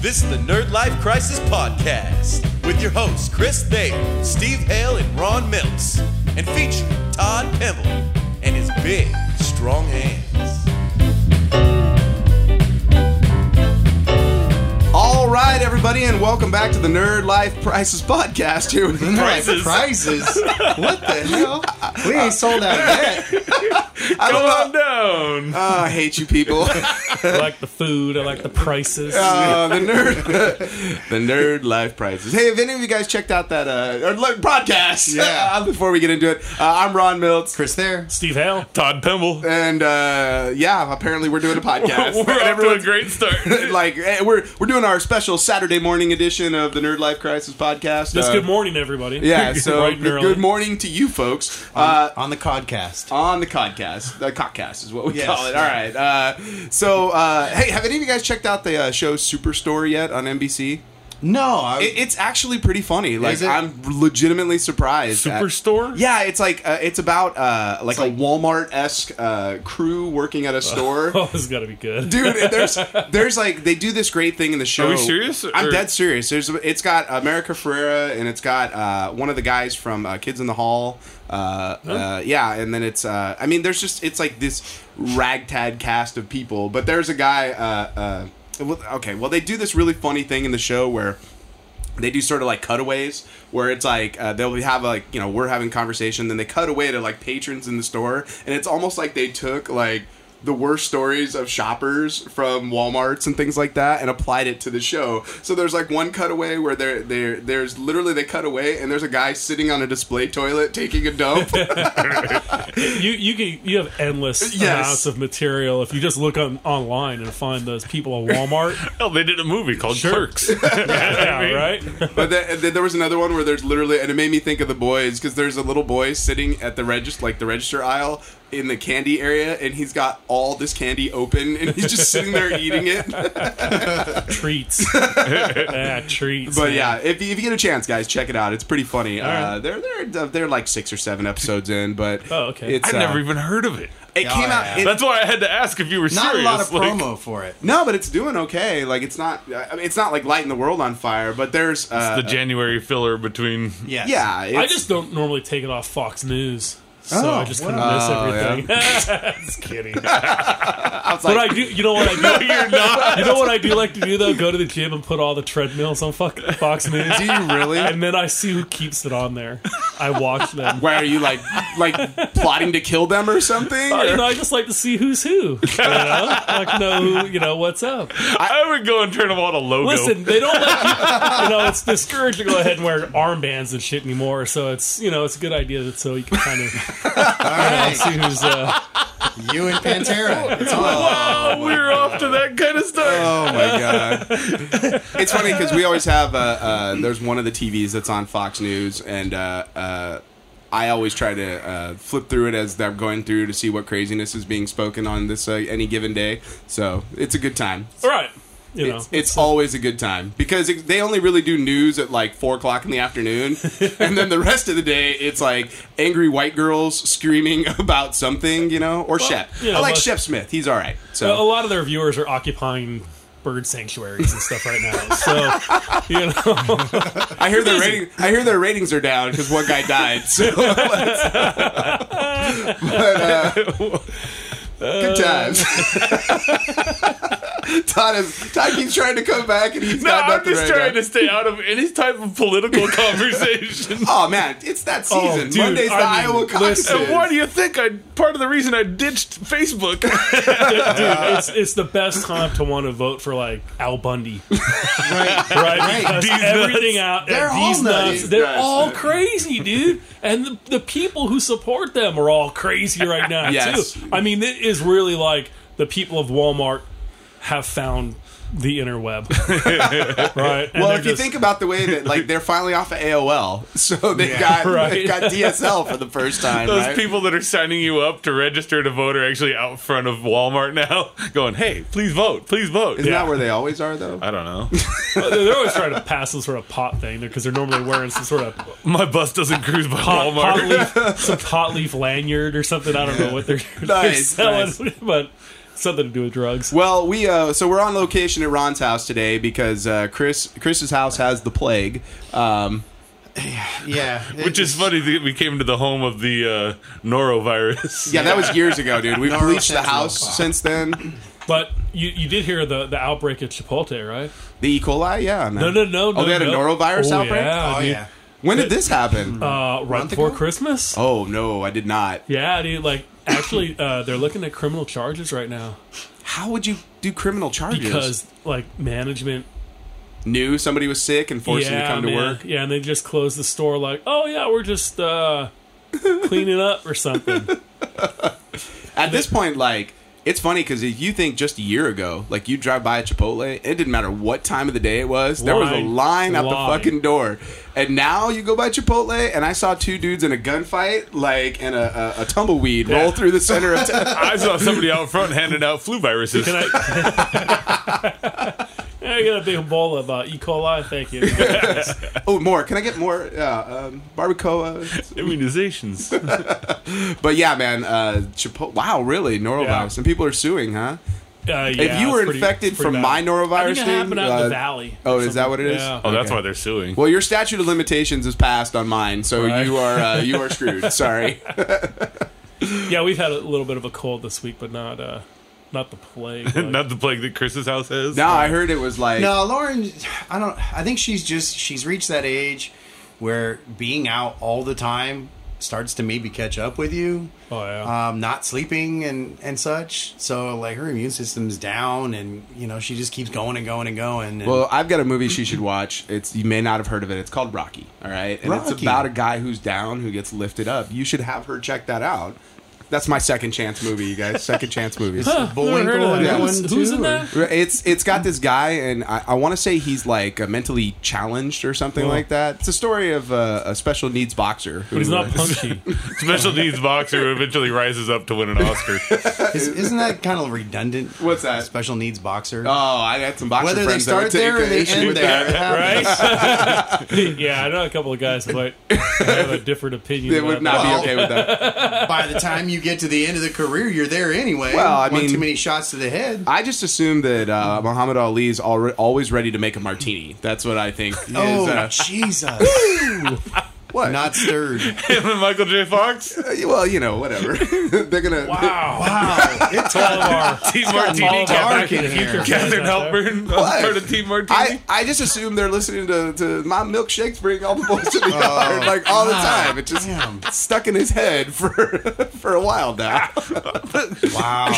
This is the Nerd Life Crisis Podcast with your hosts, Chris Thayer, Steve Hale, and Ron Mills, and featuring Todd Pimble and his big, strong hands. All right, everybody, and welcome back to the Nerd Life Prices podcast. Here with Prices. Prices. what the hell? We ain't sold out yet. I Come don't on know. down. Oh, I hate you people. I like the food. I like the prices. Uh, the nerd, the nerd life prices. Hey, if any of you guys checked out that uh, or look, podcast, Yeah. before we get into it, uh, I'm Ron Mills, Chris there. Steve Hale, Todd Pimble. and uh, yeah, apparently we're doing a podcast. We're And off to a everyone's- great start. like eh, we're we're doing our special Saturday morning edition of the Nerd Life Crisis podcast. Just Uh, good morning, everybody. Yeah, so Bright and good, early. good morning to you folks. Uh, On the podcast. on the podcast. The cockcast is what we Yes. call it. All right. Uh, so, uh, hey, have any of you guys checked out the uh, show Superstore yet on NBC? No, I, It, it's actually pretty funny. Like, it? I'm legitimately surprised. at- Superstore. yeah, it's like uh, it's about uh, like, like- a Walmart esque uh, crew working at a store. Oh, this has got to be good. Dude, there's there's like they do this great thing in the show. Are we serious, I'm or- dead serious. There's it's got uh, America Ferrera and it's got uh, one of the guys from uh, Kids in the Hall. Uh, uh, yeah, and then it's uh, I mean there's just it's like this ragtag cast of people, but there's a guy. Uh, uh, well, okay, well they do this really funny thing in the show where they do sort of like cutaways where it's like uh, they'll have like you know we're having conversation then they cut away to like patrons in the store and it's almost like they took like the worst stories of shoppers from Walmarts and things like that and applied it to the show. So there's like one cutaway where there there there's literally they cut away and there's a guy sitting on a display toilet taking a dump. You you can, you have endless Yes. amounts of material if you just look on, online and find those people at Walmart. Hell, they did a movie called Clerks. yeah, right. But then, then there was another one where there's literally, and it made me think of the boys because there's a little boy sitting at the register, like the register aisle in the candy area, and he's got all this candy open, and he's just sitting there eating it. treats. yeah, treats. But man. yeah, if you, if you get a chance, guys, check it out. It's pretty funny. Uh, they're they're they're like six or seven episodes in, but Oh, okay. it's, I've uh, never even heard of it. It Oh, came yeah. out. it- That's why I had to ask if you were not serious. a lot of like, promo for it. no, but it's doing okay. Like it's not. uh, I mean, it's not like lighting the world on fire. But there's. Uh, The January filler between. Yes. yeah, it's, I just don't normally take it off Fox News. So Oh, I just kind wow. of miss Oh, everything. just kidding. I was But like, I do. You know what I do? You're not. You know what I do like to do though? Go to the gym and put all the treadmills on fuck, Fox News, do you really? and then I see who keeps it on there. I watch them. Why are you like like plotting to kill them or something? You know, I just like to see who's who. You know, like know who, you know what's up. I, would go and turn them on a logo. Listen, they don't like you, you know. It's discouraged to go ahead and wear armbands and shit anymore. So it's you know it's a good idea that so you can kind of All right. see who's uh, you and Pantera. It's all wow, we're off to that kind of stuff. Oh my god! it's funny because we always have. Uh, uh, there's one of the TVs that's on Fox News, and uh, uh, I always try to uh, flip through it as they're going through to see what craziness is being spoken on this uh, any given day. So it's a good time. all right. You know, It's, it's always a good time because it, they only really do news at like four o'clock in the afternoon, and then the rest of the day it's like angry white girls screaming about something, you know, or Shep. you know, I like but- Shep Smith; he's all right. So a lot of their viewers are occupying bird sanctuaries and stuff right now. So you know. I hear their rating, I hear their ratings are down because one guy died. So, let's- but, uh, good times. Todd is Todd keeps trying to come back and he's No, got I'm nothing just right trying now. to stay out of any type of political conversation. Oh man, it's that season. dude, Monday's the I mean, Iowa caucus. and why do you think I? Part of the reason I ditched Facebook. it's, it's the best time to want to vote for like Al Bundy, right. right? Because These everything out They're all these nuts. nuts, they're Yes. all crazy, dude. And the, the people who support them are all crazy right now Yes. too. I mean, it is really like the people of Walmart have found the interweb, right? And well, they're if you just- think about the way that like they're finally off of AOL, so they've got right. they've got DSL for the first time. Those right? people that are signing you up to register to vote are actually out front of Walmart now, going, "Hey, please vote, please vote." Isn't Yeah. Uh, that where they always are though? I don't know. they're they're always trying to pass some sort of pot thing because they're normally wearing some sort of My bus doesn't cruise by pot, pot Walmart. leaf, some pot leaf lanyard or something. I don't know what they're, they're Nice, selling, but Something to do with drugs. Well, we uh, so we're on location at Ron's house today because uh, Chris Chris's house has the plague. Um, Yeah. Which is funny that we came to the home of the uh, norovirus. yeah, that was years ago, dude. We've Noro bleached the Sentinel. house since then. But you, you did hear the, the outbreak at Chipotle, right? The E. coli, yeah. No, no, no. Oh, no, they had a no. norovirus Oh, outbreak. Yeah, Oh dude. yeah. When did this happen? Uh, right Month before ago? Christmas. oh no, I did not. Yeah, dude. Like, actually, uh, they're looking at criminal charges right now How would you do criminal charges? because, like, management knew somebody was sick and forced them to come to man. work. Yeah, and they just closed the store like, oh yeah, we're just uh, cleaning up or something. At this point, like it's funny because if you think just a year ago, like you drive by a Chipotle, it didn't matter what time of the day it was, there was a Line. line out Line. the fucking door. And now you go by Chipotle, and I saw two dudes in a gunfight, like and a, a, a tumbleweed roll through the center of town. I saw somebody out front handing out flu viruses. Can I? I got a big bowl of uh, E. coli. Thank you. oh, more? Can I get more? Yeah, um, barbacoa. Immunizations. But yeah, man, uh, Chipotle. Wow, really? Norovirus, Yeah. and people are suing, huh? Uh, yeah, if you were it's pretty- infected it's pretty from bad. my I norovirus think it thing, happened out in uh, the valley. oh, or is that something. what it is? Yeah. Oh, that's Okay. why they're suing. Well, your statute of limitations is passed on mine, so Right. you are uh, you are screwed. Sorry. Yeah, we've had a little bit of a cold this week, but not uh, not the plague. like- Not the plague that Chris's house has. No, I heard it was like No, Lauren. I don't. I think she's just she's reached that age where being out all the time starts to maybe catch up with you. oh Uh, yeah. um, not sleeping and and such. So like her immune system's down, and you know she just keeps going and going and going. And Well, I've got a movie she should watch. It's you may not have heard of it. It's called Rocky. All right, and it's Rocky. about a guy who's down who gets lifted up. You should have her check that out. That's my second chance movie, you guys. Second chance movies. Never heard of Bullwinkle in that. that Who's, one who's too, in or- that? It's it's got this guy, and I, I want to say he's like uh, mentally challenged or something like that. It's a story of uh, a special needs boxer. Who, But he's not uh, punchy. Special needs boxer who eventually rises up to win an Oscar. is, isn't that kind of redundant? What's that? Special needs boxer. Oh, I had some boxer Whether they friends that start would take there or they issue end with there, that. it happens. right? yeah, I know a couple of guys who might have a different opinion. They about would not that. Well- be okay with that. By the time you get to the end of the career, you're there anyway. Well, I One mean- too many shots to the head. I just assume that uh, Muhammad Ali is alre- always ready to make a martini. That's what I think. Is, oh uh, Jesus! what? not stirred. Him and Michael J. Fox. well, you know, whatever. They're gonna. Wow. Wow, it's All of our- Team all Martini. of our Catherine- Back to the in here. Future fans Catherine out there. Halpern. I'm part of Team Martini. I, I just assume they're listening to, to my milkshakes bring all the boys to the yard like all the time. It just damn. stuck in his head for for a while now. wow.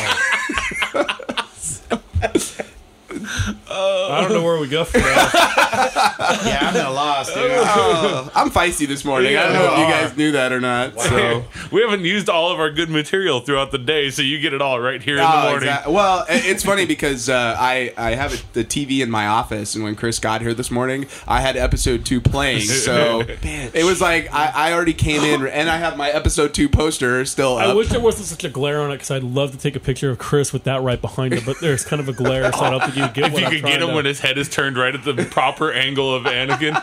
I don't know where we go from there. Yeah, I'm at a loss, dude. Oh, I'm feisty this morning. I don't know if you guys knew that or not. So. we haven't used all of our good material throughout the day, so you get it all right here in Oh, the morning. exact- Well, i- it's funny because uh, I I have it- the TV in my office, and when Chris got here this morning, I had episode two playing, so it was like I, I already came in, and I have my episode two poster still I up. wish there wasn't such a glare on it because I'd love to take a picture of Chris with that right behind him, but there's kind of a glare, so I don't think you'd get If what you I'm could get trying him to- when his head is turned right at the proper angle of Anakin.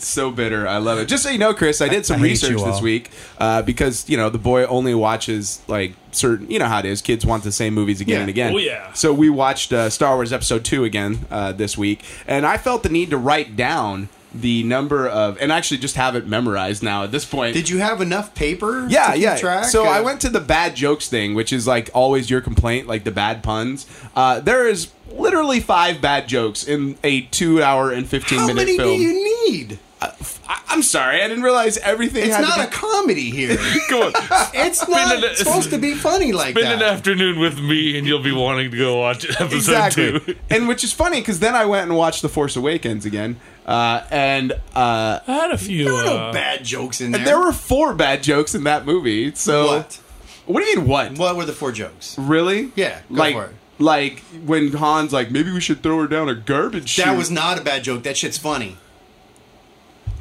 so bitter. I love it. Just so you know, Chris, I did some I hate research you this all. week uh, because you know the boy only watches like certain. You know how it is. Kids want the same movies again Yeah. and again. Oh, yeah. So we watched uh, Star Wars Episode Two again uh, this week, and I felt the need to write down the number of, and actually just have it memorized now at this point. Did you have enough paper? to Yeah, keep yeah. Track? So Uh, I went to the bad jokes thing, which is like always your complaint, like the bad puns. Uh, there is literally five bad jokes in a two-hour and fifteen-minute film. How many do you need? I- I'm sorry, I didn't realize everything. It's had not to a be- comedy here. Come on. It's not Spend an- supposed to be funny like Spend an that. afternoon with me, and you'll be wanting to go watch episode two. exactly. and which is funny because then I went and watched The Force Awakens again, uh, and uh, I had a few. There were no uh, bad jokes in there. there were four bad jokes in that movie. So what? What do you mean what? What were the four jokes? Really? Yeah, go like for it. like when Han's like maybe we should throw her down a garbage. That chute." was not a bad joke. That shit's funny.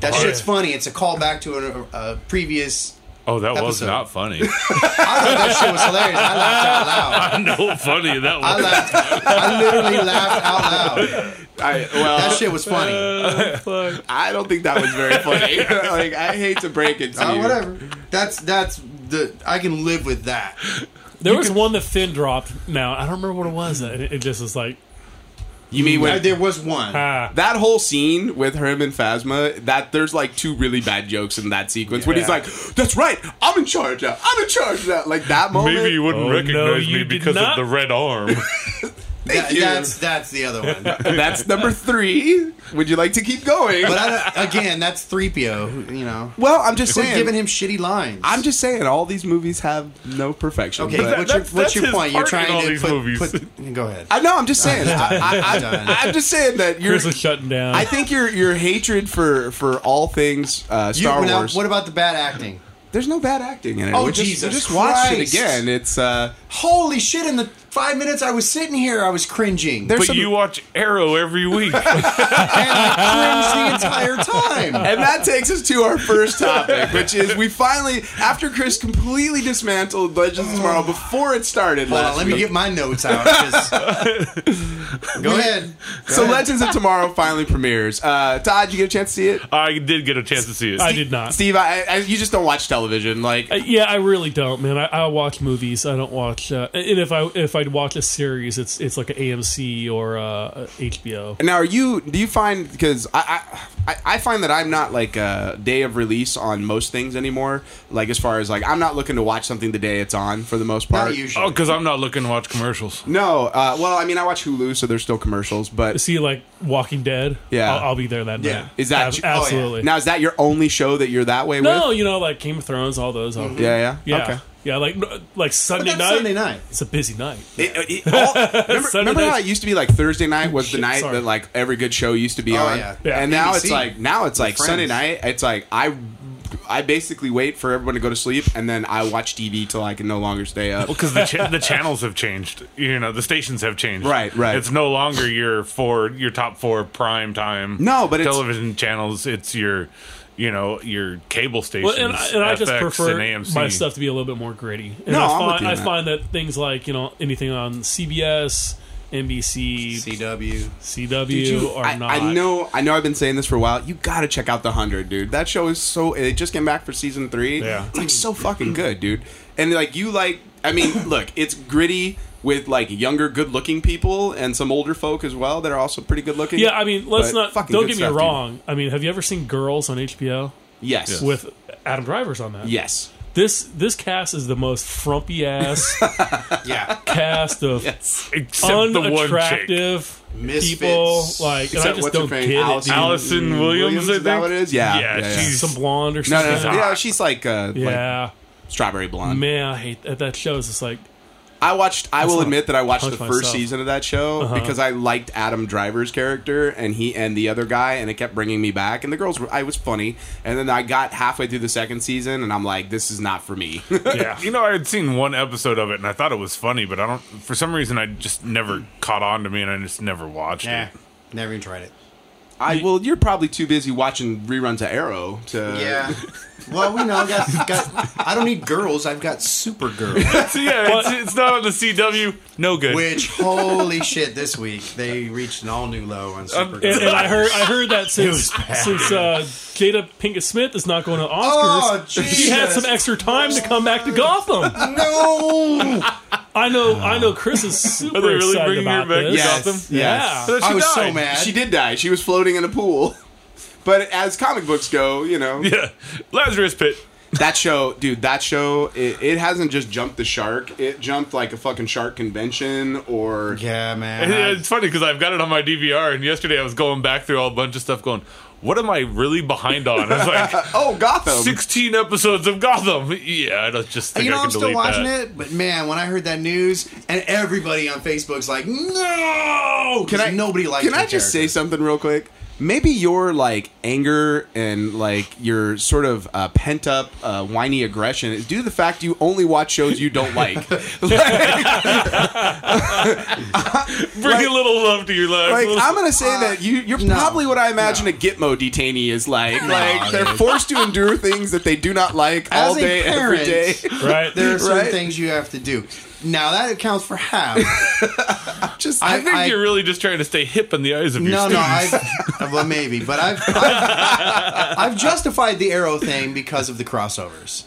That Oh, shit's yeah. funny. It's a callback to a, a previous. Oh, that was Episode. not funny. I thought that shit was hilarious. I laughed out loud. no funny that I was. laughed. I literally laughed out loud. I, well. That shit was funny. fuck. I don't think that was very funny. like I hate to break it to Uh, you. whatever. That's that's the. I can live with that. There was one that Finn dropped. Now I don't remember what it Hmm. was. and It, it just was like You mean Well, when there was one. ah. that whole scene with him and Phasma? That there's like two really bad jokes in that sequence when he's Yeah. like, "That's right, I'm in charge now. I'm in charge now." Like that moment. Maybe you wouldn't Oh, no, recognize you me did because not. of the red arm. That- you. that's that's the other one. But That's number three. Would you like to keep going? I don't, again, that's three PO. You know, well, I'm just we're saying. giving him shitty lines. I'm just saying, all these movies have no perfection. okay. but- that- what's your, that's- what's that's your his point? You're part in trying all to these put, movies. put- Go ahead. I know. I'm just saying. I, I, Done. I, am just saying that you're. Chris was shutting down. I think your your hatred for for all things uh, You- Star now, Wars. What about the bad acting? There's no bad acting in it. Oh, we just, Jesus we just watched it Christ. again. It's uh, Holy shit! In the five minutes I was sitting here, I was cringing. there's but some, you watch Arrow every week. and I cringed the entire time. and that takes us to our first topic, which is we finally, after Chris completely dismantled Legends of Tomorrow before it started Hold last on, let me week. get my notes out. 'cause- Go ahead. so Legends of Tomorrow finally premieres. Uh, Todd, you get a chance to see it? I did get a chance to see it. I did not. Steve, I, I, you just don't watch television. Like, Uh, yeah, I really don't, man. I, I watch movies. I don't watch, uh, and if I if I'd watch a series, it's it's like an AMC or uh, HBO. now are you? Do you find because I, I I- I find that I'm not like a day of release on most things anymore. Like as far as like I'm not looking to watch something the day it's on for the most part. Not usually. Oh, because I'm not looking to watch commercials. No, uh, well, I mean, I watch Hulu, so there's still commercials. But See, like Walking Dead. Yeah. I'll, I'll be there that Yeah. night. Is that- Ab- oh, yeah. absolutely? now, is that your only show that you're that way No, with? you know, like Game of Thrones, all those. I'll be- Yeah, yeah. yeah, Okay. yeah. Like like Sunday that's night. Sunday night. It's a busy night. It- it- all- remember Sunday remember how night. it used to be like Thursday night was the Shit, night sorry. that like every good show used to be Oh, on, yeah. Yeah. and now NBC. it's like now it's like Friends. Sunday night. It's like I. I basically wait for everyone to go to sleep, and then I watch TV till I can no longer stay up. Well, because the, cha- the channels have changed. You know, the stations have changed. Right, right. It's no longer your four, your top four prime time. No, but it's- television channels. It's your, you know, your cable stations. Well, and, I- and I just FX prefer and AMC. my stuff to be a little bit more gritty. And No, I I'm find, with you on I that. find that things like you know anything on CBS, NBC, CW. CW are I, not. I know, I know. I've been saying this for a while. You got to check out the hundred, dude. That show is so. It just came back for season three. Yeah. it's like so fucking good, dude. And like you like, I mean, look, it's gritty with like younger, good-looking people and some older folk as well that are also pretty good-looking. Yeah, I mean, let's But not. fucking Don't good get me stuff, dude. wrong. I mean, have you ever seen Girls on HBO Yes. Yes. with Adam Driver's on that? yes. This this cast is the most frumpy ass Yeah. cast of except the one chick. unattractive Misfits. people. Like, and I just what's her don't name? get it. Allison, dude. Allison Williams, I Mm, Is that think? what it is? Yeah. Yeah, she's- Some blonde or no, something. no, no, Yeah, she's like, uh, like yeah. strawberry blonde. Man, I hate that. That show is just like I watched. I will not- admit that I watched the punch first myself. season of that show because I liked Adam Driver's character and he and the other guy, and it kept bringing me back. And the girls, were, I was funny. And then I got halfway through the second season, and I'm like, this is not for me. yeah. You know, I had seen one episode of it and I thought it was funny, but I don't. For some reason, I just never caught on to me, and I just never watched Nah. it. Never even tried it. I well, you're probably too busy watching reruns of Arrow to. Yeah. Uh, Well, we know. I got, got. I don't need girls. I've got super girls. So, yeah, it's, it's not on the CW. No good. Which holy shit! This week they reached an all new low on super And, girls. and I heard I heard that since since uh, Jada Pinkett Smith is not going to Oh, Oscars, she had Jesus. some extra time to come back to Gotham. no. I know, I know. Chris is super Are they really excited bringing her about back to this. Yes. Gotham? Yeah. Yes. I was so died. mad. She did die. She was floating in a pool. But as comic books go, you know, Yeah, Lazarus Pit. that show, dude, that show, it, it hasn't just jumped the shark. It jumped like a fucking shark convention or Yeah, man. Yeah, I- it's funny because I've got it on my DVR, and yesterday I was going back through a bunch of stuff, going, "What am I really behind on?" I Um, was like, oh, Gotham. "16 episodes of Gotham." Yeah, I don't just think you know, I can I'm still delete watching that. it, but man, when I heard that news, and everybody on Facebook's like, "No!" Can I? Nobody likes. Can her I just say character. something real quick? Maybe your like anger and like your sort of uh, pent up uh, whiny aggression is due to the fact you only watch shows you don't like. like, Bring a little love to your life. like, Little- I'm gonna say that you you're Uh, No. probably what I imagine a Gitmo detainee is like. like they're dude. forced to endure things that they do not like As all a day every parent, day. Right. There are certain Right? things you have to do. Now that accounts for half. Just I think I- you're really just trying to stay hip in the eyes of your no, no, students. I've, well, maybe, but I've, I've I've justified the arrow thing because of the crossovers.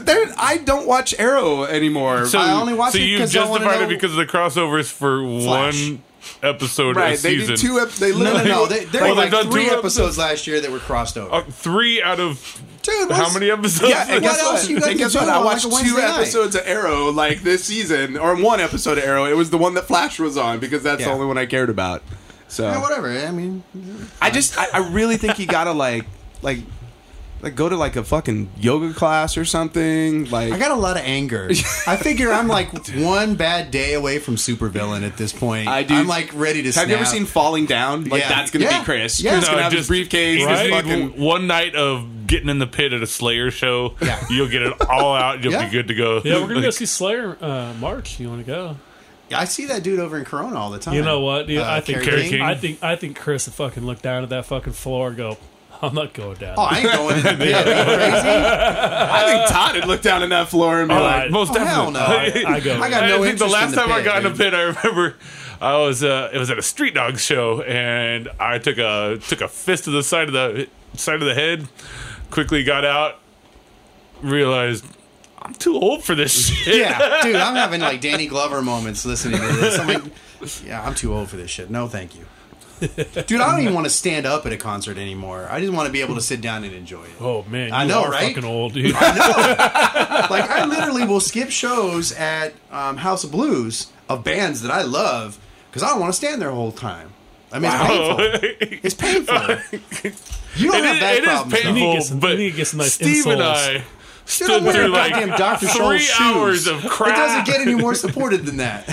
there, I don't watch Arrow anymore. So, I only watch so it you 'cause I wanna justified it know- because of the crossovers for Flash. one episode right, a they season. did two. e- Ep- they No, no, literally no. They, there Well, were they've like done two three episodes. episodes last year that were crossed over. Uh, three out of Dude, how many episodes? Yeah, and What guess else what? you got and to guess do what? on, I like, watched a two Wednesday night? episodes of Arrow like this season, or one episode of Arrow. It was the one that Flash was on because that's the Yeah. only one I cared about. So Yeah, whatever. I mean, I just I, I really think you gotta like like like go to like a fucking yoga class or something. Like I got a lot of anger. I figure I'm like one bad day away from supervillain at this point. I do- I'm like ready to. have you ever snap. seen Falling Down? Like Yeah. that's gonna Yeah. be Chris. Yeah. Chris No, gonna have his just- briefcase. you and his just need fucking, one night of getting in the pit at a Slayer show. Yeah. You'll get it all out. You'll Yeah. be good to go. Yeah, we're gonna go see Slayer uh, March. You want to go? I see that dude over in Corona all the time. You know what? dude? Uh, I think Kerry King? I think I think Chris would fucking look down at that fucking floor and go, "I'm not going down." Oh, I ain't going in the pit. Are you crazy? I think Todd would look down in that floor and be Oh, like, most Oh, hell definitely. no. I, I go. I got I no think the interest last in the time I pit, got in a dude. pit, I remember I was uh, it was at a street dog show, and I took a took a fist to the side of the side of the head, quickly got out, realized I'm too old for this shit. Yeah, dude, I'm having like Danny Glover moments listening to this. I'm like, yeah, I'm too old for this shit. No, thank you. Dude, I don't even want to stand up at a concert anymore. I just want to be able to sit down and enjoy it. Oh man, you I know, are right? fucking old, dude. Like, I literally will skip shows at um, House of Blues of bands that I love because I don't want to stand there the whole time. I mean, it's painful. It's painful. You don't It have is- back it is problems. though. painful, You need to get some- but you need to get some nice Steve and insoles. I Dude, I'm stood wearing through goddamn like Dr. Scholl's three shoes. hours of crap. It doesn't get any more supported than that.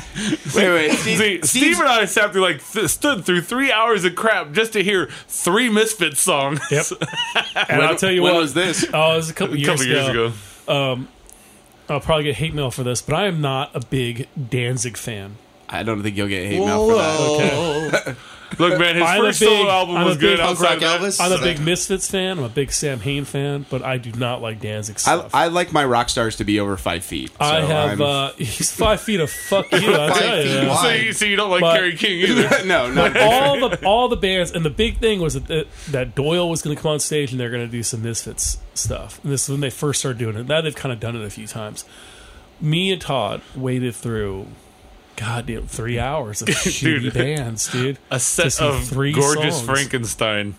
wait, wait, Steve, See, Steve and I sat through like th- stood through three hours of crap just to hear three Misfits songs. Yep. And I'll tell you when what. was this? Oh, it was a couple, a years, couple years ago. ago. I'll probably get hate mail for this, but I am not a big Danzig fan. I don't think you'll get hate mail for that. Look, man, his I'm a first big- solo album I'm a was big good. punk Outside rock of that, Elvis. I'm a So big that- Misfits fan. I'm a big Sam Hain fan, but I do not like Danzig I, stuff. I like my rock stars to be over five feet. So I have. I'm- Uh, he's five feet of fuck you. I Five tell you. feet man. wide. so you, so you don't like But- Carrie King either. no, not all the all the bands, and the big thing was that that, that Doyle was going to come on stage and they're going to do some Misfits stuff. And this is when they first started doing it. Now they've kind of done it a few times. Me and Todd waited through, goddamn, three hours of shitty Dude. bands, dude. A set Just in of three gorgeous songs. Frankenstein.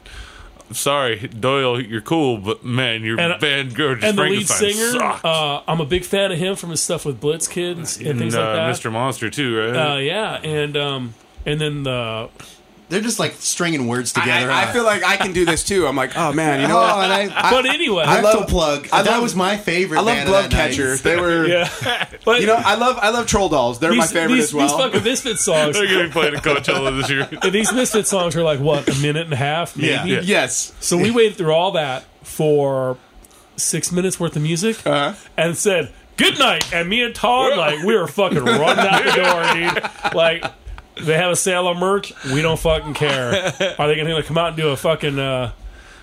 Sorry, Doyle, you're cool, but man, your And- band Gorgeous And the lead Frankenstein singer, sucked. uh, I'm a big fan of him from his stuff with Blitz Kids and, and, things uh, like that. Mr. Monster too, right? Uh, yeah, and um, and then the They're just like stringing words I, together. I huh? feel like I can do this too. I'm like, oh man, you know what? Oh, and I, but anyway, I love- love plug. I that love- was my favorite. I love band Glove of that Catcher. Night. They were, yeah, but you know, I love I love Troll Dolls. They're my these, favorite these, as well. these fucking Misfits songs They're gonna be playing at Coachella this year. And these Misfit songs are like what a minute and a half, maybe. Yeah. yes, So we waited through all that for six minutes worth of music, Uh-huh. and said good night. And me and Todd, like, we were fucking running out the door, dude. Like, they have a sale on merch. We don't fucking care. Are they going to come out and do a fucking uh,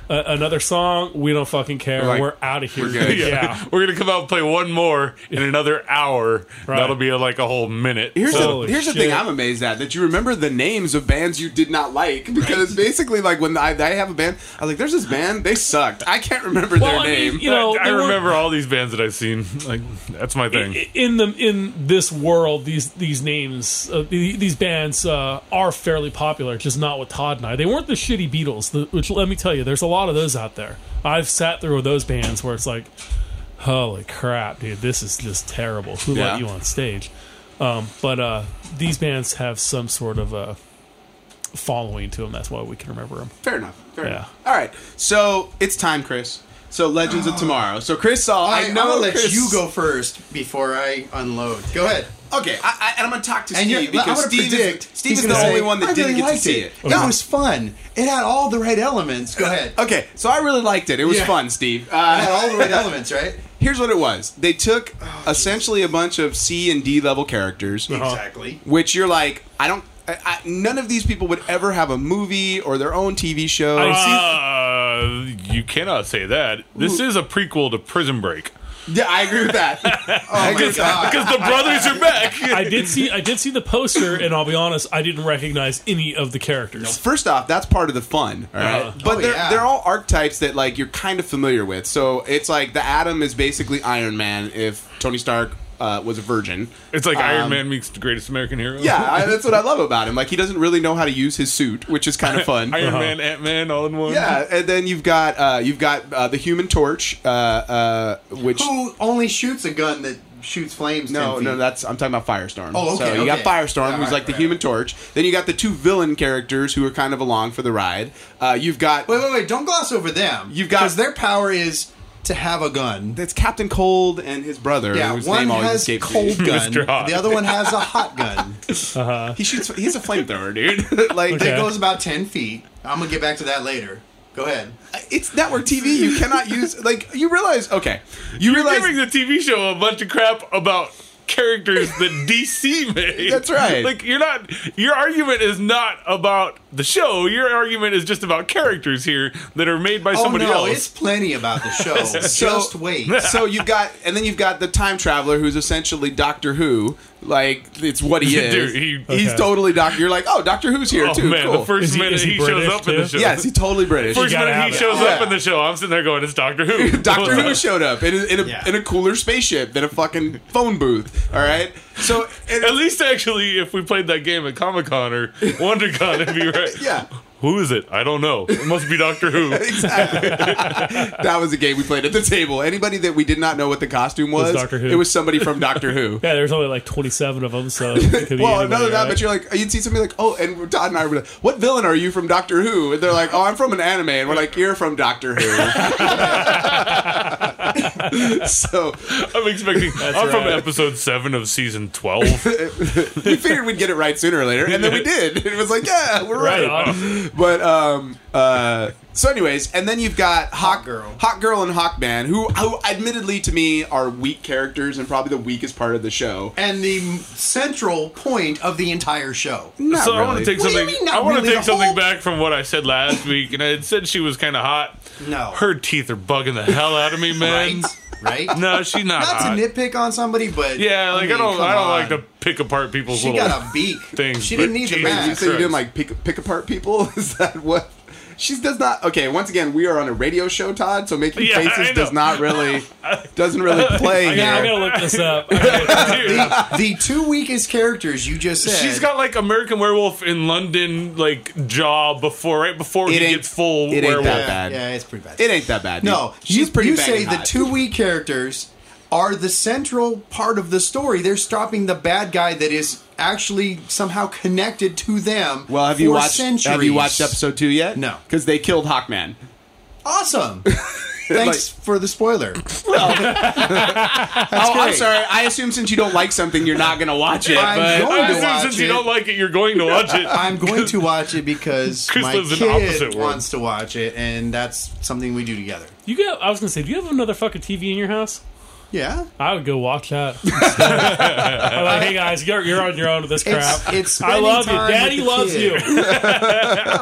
a- another song? We don't fucking care. We're, We're like, out of here. good. Yeah. We're gonna come out and play one more in another hour. Right. That'll be like a whole minute. Here's the Holy here's the thing shit. I'm amazed at that you remember the names of bands you did not like because basically like when I, I have a band I was like there's this band they sucked I can't remember Well, I their mean, name you know, I, I they weren't- remember all these bands that I've seen. Like that's my thing. I- in the in this world, these these names, uh, the- these bands uh, are fairly popular, just not with Todd and I. They weren't the shitty Beatles, the, which let me tell you, there's a lot of those out there. I've sat through those bands where it's like, holy crap, dude, this is just terrible. Who Yeah. let you on stage? Um, but uh, these bands have some sort of uh, following to them. That's why we can remember them. fair enough fair Yeah. enough all right so it's time Chris so Legends of Tomorrow so Chris saw I, I, am know gonna let Chris- you go first before I unload. Go ahead. okay I, I, and I'm gonna talk to And you're, Steve because I'm gonna Steve predict. is, Steve he's is the gonna only say, one that I didn't really get to liked see it. it. That was fun. It had all the right elements. Go ahead. Okay, so I really liked it. It was Yeah. fun, Steve. Uh, It had all the right elements, right? here's what it was: they took essentially a bunch of C and D level characters, Uh-huh. Exactly. which you're like, I don't. I, I, none of these people would ever have a movie or their own TV show. I- Uh, you cannot say that. This is a prequel to Prison Break. Yeah, I agree with that. Oh my god! Because the brothers are back. I did see I did see the poster, and I'll be honest, I didn't recognize any of the characters. First off, that's part of the fun, all right? Uh, but oh, they're, yeah. they're all archetypes that like you're kind of familiar with. So it's like the Atom is basically Iron Man if Tony Stark uh, was a virgin. It's like Iron Um, Man meets the greatest American hero. Yeah, I, that's what I love about him. Like he doesn't really know how to use his suit, which is kind of fun. Iron Man, Ant Man, all in one. Uh-huh. yeah, and then you've got uh, you've got uh, the Human Torch, uh, uh, which Who only shoots a gun that shoots flames? No, 10 feet? no, that's I'm talking about Firestorm. Oh, So okay, you okay. got Firestorm, Yeah, who's right, like the right, Human Torch. Then you got the two villain characters who are kind of along for the ride. Uh, you've got Wait, wait, wait! Don't gloss over them. You've got- because their power is to have a gun. it's Captain Cold and his brother. Yeah, whose one name always has escapes me. cold gun. Mr. Hot. The other one has a hot gun. He shoots. He's a flamethrower, dude. like Okay. It goes about ten feet. I'm gonna get back to that later. Go ahead. it's network TV. You cannot use like you realize. Okay, you realize Giving the TV show a bunch of crap about characters that DC made. That's right. Like you're not. Your argument is not about the show. Your argument is just about characters here that are made by somebody oh no, else. it's plenty about the show. Just wait. so you've got and then you've got the time traveler who's essentially Doctor Who. Like it's what he is. Dude, he- He's Okay. totally Doctor. You're like, oh, Doctor Who's here oh too. man, cool. the first Is he- minute is he he, shows British, up in the too? show. yes, he's totally British. First gotta minute have he it. shows up Yeah. in the show, I'm sitting there going, "It's Doctor Who." Doctor Who showed up in a, in, a, Yeah. in a cooler spaceship than a fucking phone booth. All right, so and- At least, actually, if we played that game at Comic Con or WonderCon, it'd be right. yeah, Who is it? I don't know. It must be Doctor Who. that was a game we played at the table. Anybody that we did not know what the costume was, Doctor Who. it was somebody from Doctor Who. Yeah, there's only like 27 of them, so it could be Well, anybody, another that, right? but you're like, you'd see somebody like, oh, and Todd and I were like, what villain are you from Doctor Who? And they're like, oh, I'm from an anime, and we're like, you're from Doctor Who. so I'm expecting. I'm from right. episode seven of season twelve. we figured we'd get it right sooner or later, and then we did. It was like, yeah, we're Right right. But um uh so anyways, and then you've got Hawk, Girl. Hot Girl and Hawkman, who who admittedly to me are weak characters and probably the weakest part of the show. And the central point of the entire show. Not so I want really. to take What do you something. mean not I want really? to The take something whole- back from what I said last week, and I had said she was kind of hot. No. her teeth are bugging the hell out of me, man. Right? Right? No, she's not. Not to hot. nitpick on somebody, but Yeah, like I, mean, don't. come I don't on. like to pick apart people's She little. got a beak. things, she didn't but need the Jesus Wait, you mask. say you didn't Christ. like pick pick apart people? Is that what? She does not. Okay, once again, we are on a radio show, Todd. So making Yeah, I faces does know. not really doesn't really play I, here. gotta, I gotta look this up. I gotta- Dude, The two weakest characters you just said. She's got like American Werewolf in London, like jaw before, right before he It ain't- gets full it ain't werewolf. that yeah, bad. uh, yeah, it's pretty bad. It ain't that bad. dude. no, she's you, pretty. You banging say the hot. two weak characters are the central part of the story. They're stopping the bad guy that is actually somehow connected to them. Well, have you for watched? Centuries. Have you watched episode two yet? No. because they killed Hawkman. Awesome. Thanks for the spoiler. oh, I'm sorry. I assume since you don't like something, you're not going to watch it. I'm but going I to assume watch since it. you don't like it, you're going to watch it. I'm going to watch it because Chris my lives in the kid opposite world. wants to watch it, and that's something we do together. you got, I was gonna say, do you have another fucking TV in your house? Yeah, I would go watch that. I'm like, hey guys, you're, you're on your own with this crap. it's it's. I spending love you. time with Daddy the loves kid. you.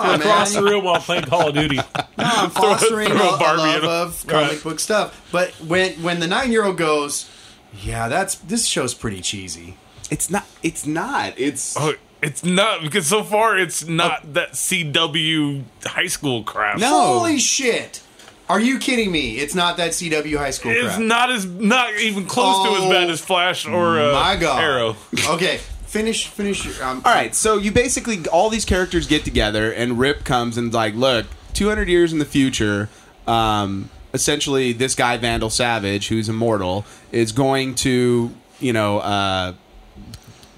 Oh, Across the man. room while playing Call of Duty. I'm fostering a, throw a a Barbie love in a- of comic book stuff. But when when the nine year old goes, yeah, that's this show's pretty cheesy. It's not. It's not. It's. Oh, it's not because so far it's not Oh. that CW high school crap. Holy shit! Are you kidding me? It's not that CW high school it's crap. not as not even close to Oh, as bad as Flash or uh, My God. Arrow. Okay, finish finish. your- Um, All right. So you basically all these characters get together, and Rip comes and like, look, 200 years in the future, um, essentially this guy Vandal Savage, who's immortal, is going to, you know. Uh,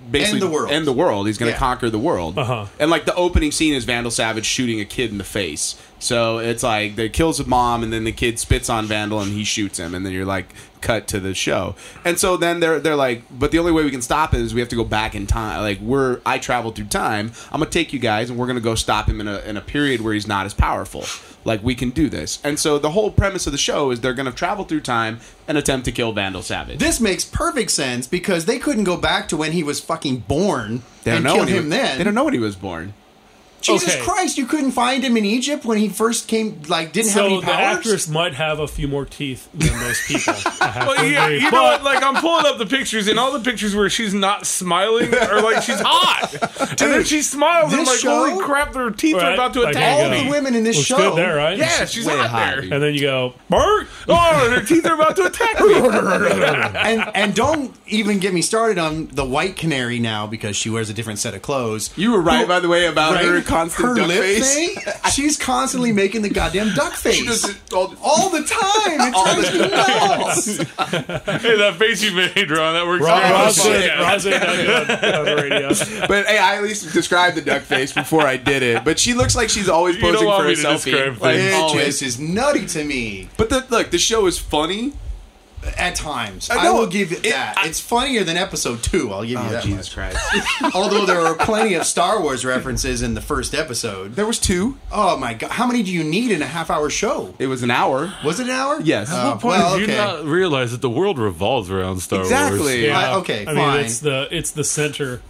Basically, End the world. End the world. He's going to Yeah. conquer the world. Uh-huh. And like the opening scene is Vandal Savage shooting a kid in the face. So it's like they kills a mom, and then the kid spits on Vandal, and he shoots him, and then you're like, cut to the show. And so then they're they're like, but the only way we can stop him is we have to go back in time. Like we're I traveled through time. I'm gonna take you guys, and we're gonna go stop him in a in a period where he's not as powerful. Like we can do this. And so the whole premise of the show is they're gonna travel through time and attempt to kill Vandal Savage. This makes perfect sense because they couldn't go back to when he was fucking born they don't and know kill when he him was- then. They don't know when he was born. Jesus Okay. Christ, you couldn't find him in Egypt when he first came. Like, didn't have So any the powers. actress might have a few more teeth than most people. I have Well, to yeah, agree. you know But- what? Like I'm pulling up the pictures, and all the pictures where she's not smiling are like she's hot, and then she smiles, and I'm like, this holy show- crap, her teeth are Right, about to like, attack there All you me. go. the women in this Looks show. good there, right? Yeah, she's way hot hot, there. dude. And then you go, Bert! Oh, and her teeth are about to attack me. and and don't even get me started on the white canary now because she wears a different set of clothes. You were right, by the way, about Right? her constant Her duck lip face. thing? She's constantly making the goddamn duck face. She does it all, all the time. It drives me nuts. hey, that face you made, Ron, that works. Rob, out. Rob's shit. in- Rob's in on- on the radio. but hey, I at least described the duck face before I did it. But she looks like she's always don't posing want for a me to describe selfie. Like, things. It always. just is nutty to me But the, look, the show is funny. at times. I I, know. will give it, It- that. I- it's funnier than episode two. I'll give you that. Christ! much. Although there are plenty of Star Wars references in the first episode. there was two. Oh my god! How many do you need in a half-hour show? It was an hour. Was it an hour? Yes. Oh, At what Point well, is, okay. you not realize that the world revolves around Star Wars. Exactly. Yeah. I- okay, I fine. mean, it's the it's the center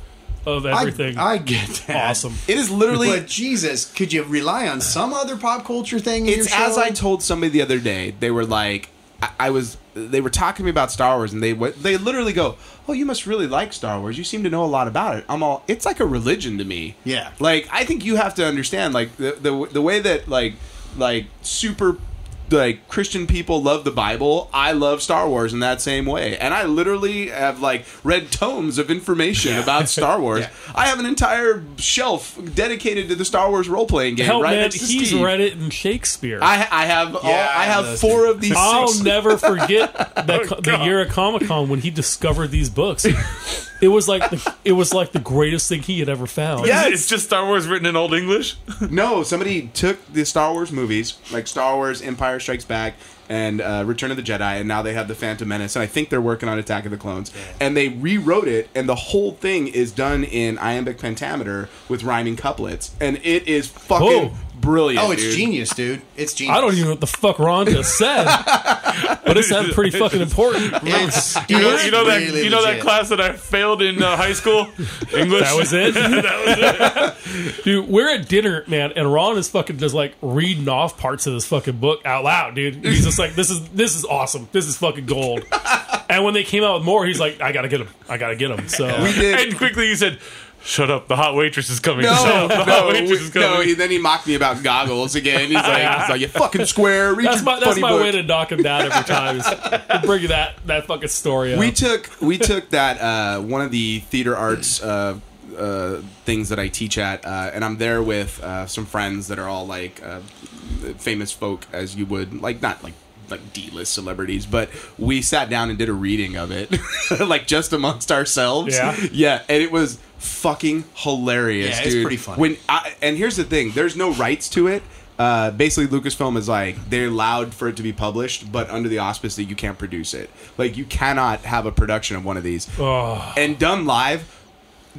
of I- everything. I, get that. awesome. It is literally. But Jesus, could you rely on some other pop culture thing? in it's your show? as I told somebody the other day. They were like, I, I was. They were talking to me about Star Wars, and they went- they literally go, "Oh, you must really like Star Wars. You seem to know a lot about it." I'm all, it's like a religion to me. Yeah. Like I think you have to understand, like the the the way that like like super like Christian people love the Bible. I love Star Wars in that same way, and I literally have like read tomes of information about Star Wars. Yeah. I have an entire shelf dedicated to the Star Wars role playing game. Hell, right man, next to he's Steve. read it in Shakespeare. I, I, I have all, Yeah, I have those four of these. will six. never forget Oh, that, co- the God. year at Comic Con when he discovered these books. it was like the, it was like the greatest thing he had ever found. Yeah, it's just Star Wars written in Old English. No, somebody took the Star Wars movies, like Star Wars, Empire Strikes Back, and uh, Return of the Jedi, and now they have the Phantom Menace, and I think they're working on Attack of the Clones, and they rewrote it, and the whole thing is done in iambic pentameter with rhyming couplets, and it is fucking Whoa. brilliant. Oh, it's dude. genius, dude. It's genius. I don't even know what the fuck Ron just said, but it sounded pretty fucking important. It's, You know, it's you know that really you know that legit. class that I failed in uh, high school English. That was it. dude, we're at dinner, man, and Ron is fucking just like reading off parts of this fucking book out loud, dude. He's just like, "This is this is awesome. This is fucking gold." and when they came out with more, he's like, "I gotta get him. I gotta get him." So We did. And quickly you said, "Shut up! The hot waitress is coming." Shut No, up, the hot no, waitress is we- no. coming. He, then he mocked me about goggles again. He's like, he's like you fucking square. Read that's your my that's funny my book. way to knock him down every time. Is to bring that that fucking story up. We took we took that uh, one of the theater arts uh, uh, things that I teach at, uh, and I'm there with uh, some friends that are all like uh, famous folk, as you would like, not like like D-list celebrities, but we sat down and did a reading of it, like just amongst ourselves. Yeah. yeah, and it was fucking hilarious. Yeah, it's dude. pretty funny. When I, and here's the thing: there's no rights to it. Uh, basically, Lucasfilm is like they're allowed for it to be published, but under the auspice that you can't produce it. Like you cannot have a production of one of these. And done live,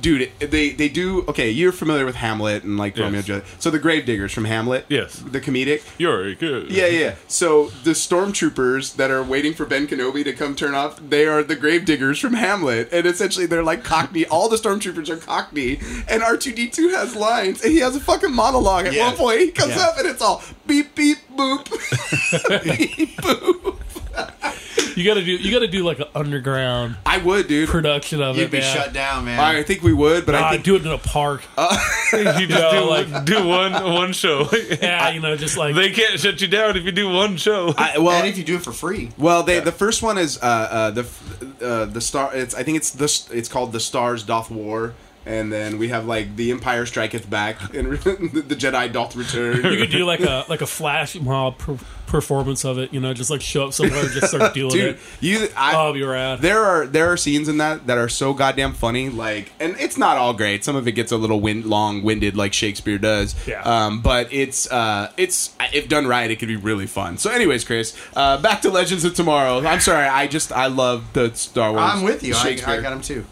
dude. They they do okay. You're familiar with Hamlet and like Romeo and Juliet. So the Gravediggers from Hamlet, Yes. the comedic. You're good. Yeah, yeah. So the stormtroopers that are waiting for Ben Kenobi to come turn off, they are the gravediggers from Hamlet, and essentially they're like Cockney. All the stormtroopers are Cockney, and R two D two has lines, and he has a fucking monologue at Yeah. one point. He comes Yeah. up, and it's all beep beep boop. beep, boop. you gotta do you gotta do like an underground I would, dude. production of You'd it, be man. shut down, man. I think we would, but Nah, I think do it in a park. Um, you just No, do like- do one one show. yeah, you know, just like they can't shut you down if you do one show. I, well, and if you do it for free, Well, they, the first one is uh, uh, the f- uh, the star. It's I think it's the s- it's called the stars doth war, and then we have like the empire striketh back, and the Jedi doth You return. could do like a like a flash mob per- performance of it, you know, just like show up somewhere and just start dealing Dude, it. you I, Oh, you're rad. There are there are scenes in that that are so goddamn funny. Like, and it's not all great. Some of it gets a little wind long winded, like Shakespeare does. Yeah. Um, but it's uh, it's if done right, it could be really fun. So, anyways, Chris, uh, back to Legends of Tomorrow. I'm sorry, I just I love the Star Wars. I'm with you. I, Shakespeare. I got them too.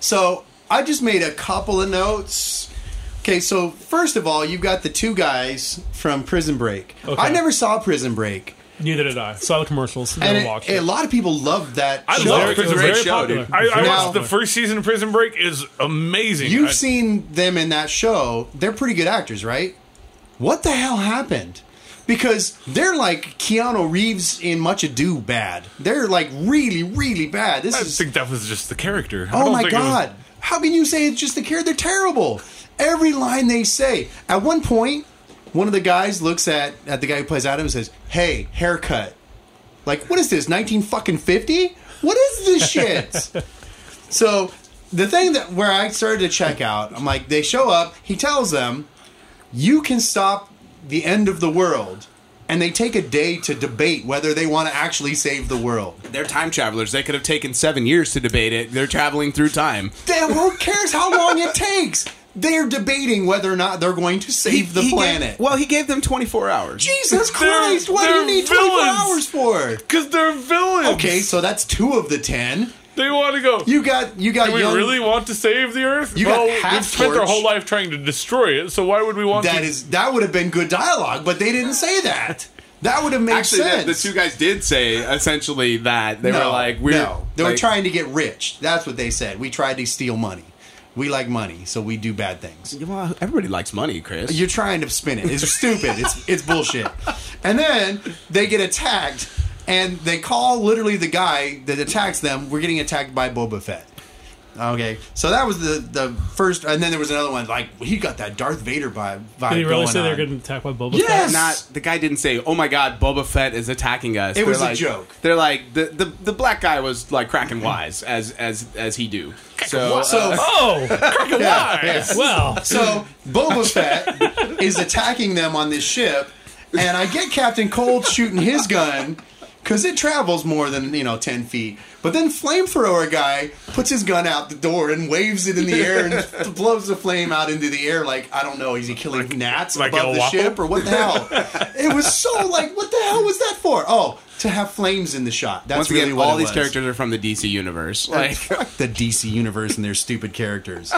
So I just made a couple of notes. Okay, so first of all, you've got the two guys from Prison Break. Okay. I never saw Prison Break, Neither did I. Saw the commercials. And Never it- watched a it. lot of people loved that. I show. love It was Prison a Break. great show, Popular. dude. I, I Now- watched the first season of Prison Break. is amazing. You've I- seen them in that show. They're pretty good actors, right? What the hell happened? Because they're like Keanu Reeves in Much Ado bad. They're like really, really bad. This I is think that was just the character. I oh don't my think it was- god! How can you say it's just the care? They're terrible. Every line they say. At one point, one of the guys looks at at the guy who plays Adam and says, "Hey, haircut." Like, what is this? Nineteen fucking fifty? What is this shit? So the thing that where I started to check out, I'm like, they show up. He tells them, "You can stop the end of the world," and they take a day to debate whether they want to actually save the world. They're time travelers. They could have taken seven years to debate it. They're traveling through time. They, who cares how long it takes? They're debating whether or not they're going to save the He gave- planet. well, he gave them 24 hours. Jesus They're- Christ! What do they're you need 24 villains. hours for? Because they're villains. Okay, so that's two of the ten. They want to go. You got you got do we young. really want to save the Earth? You got well, half we've spent our torch. whole life trying to destroy it, so why would we want that to? is that would have been good dialogue, but they didn't say that. That would have made Actually, sense. the, the two guys did say essentially that they were like, "We're no. They were like- trying to get rich. That's what they said. We tried to steal money. We like money, so we do bad things. Well, everybody likes money, Chris. You're trying to spin it. It's stupid. It's it's bullshit. And then they get attacked, and they call literally the guy that attacks them. We're getting attacked by Boba Fett. Okay, so that was the the first, and then there was another one like he got that Darth Vader vibe. vibe Did he really going say they're on. getting attacked by Boba Yes! Fett? not the guy didn't say, "Oh my God, Boba Fett is attacking us." They're was a like, joke. They're like the, the the black guy was like cracking wise as as as he do. So, So uh, Oh, yeah, yeah. well. So Boba Fett is attacking them on this ship, and I get Captain Cold shooting his gun because it travels more than you know ten feet. But then flamethrower guy puts his gun out the door and waves it in the air and blows the flame out into the air. Like I don't know, is he killing gnats like above El the Guapo? ship or what the hell? It was so like, what the hell was that for? Oh, to have flames in the shot. That's once really again, what all it these was. characters are from the DC universe. Like Fuck the DC universe and their stupid characters.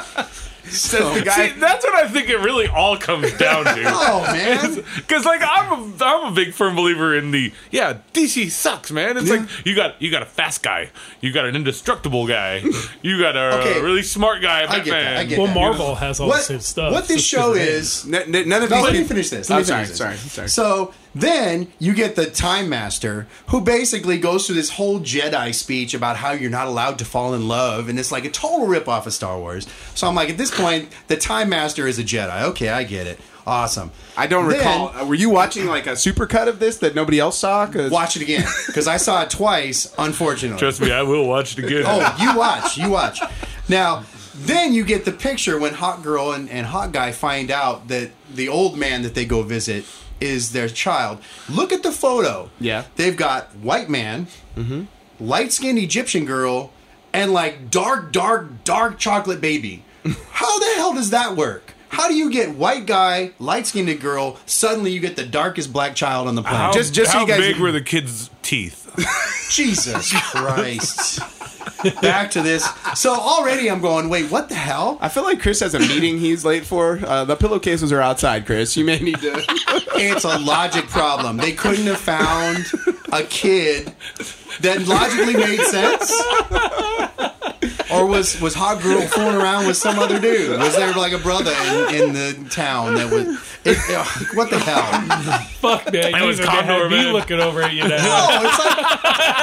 says the guy. See, that's what I think it really all comes down to. Oh man. Because like I'm a I'm a big firm believer in the yeah DC sucks man. It's like you got you got a fast guy, you got an indestructible guy, you got a uh, Okay. really smart guy. I get that, I Batman. get Well, that. Marvel has all the what, same stuff. what this It's show different. is. N- n- none of No, these. let me people- finish this. I'm Let me sorry, finish this. sorry, sorry. So then you get the Time Master who basically goes through this whole Jedi speech about how you're not allowed to fall in love, and it's like a total ripoff of Star Wars. So I'm like, at this point, the Time Master is a Jedi. Okay, I get it. Awesome. I don't Then- recall. uh, were you watching like a supercut of this that nobody else saw? 'Cause- Watch it again because I saw it twice. Unfortunately, Trust me, I will watch it again. Oh, you watch, you watch. Now, then you get the picture when Hot Girl and, and Hot Guy find out that the old man that they go visit is their child. Look at the photo. Yeah. They've got white man, light skinned Egyptian girl, and like dark, dark, dark chocolate baby. How the hell does that work? How do you get white guy, light skinned girl, suddenly you get the darkest black child on the planet? How, Just- just so how you guys- big were the kids' teeth? Jesus Christ. Back to this. So already I'm going, wait, what the hell? I feel like Chris has a meeting he's late for. Uh, the pillowcases are outside, Chris. You may need to. It's a logic problem. They couldn't have found a kid that logically made sense. Or was was Hot Girl fooling around with some other dude? Was there like a brother in, in the town that was? It, it- what the hell? Fuck, man. You was even had Condor me Man. looking over at you now. No, it's like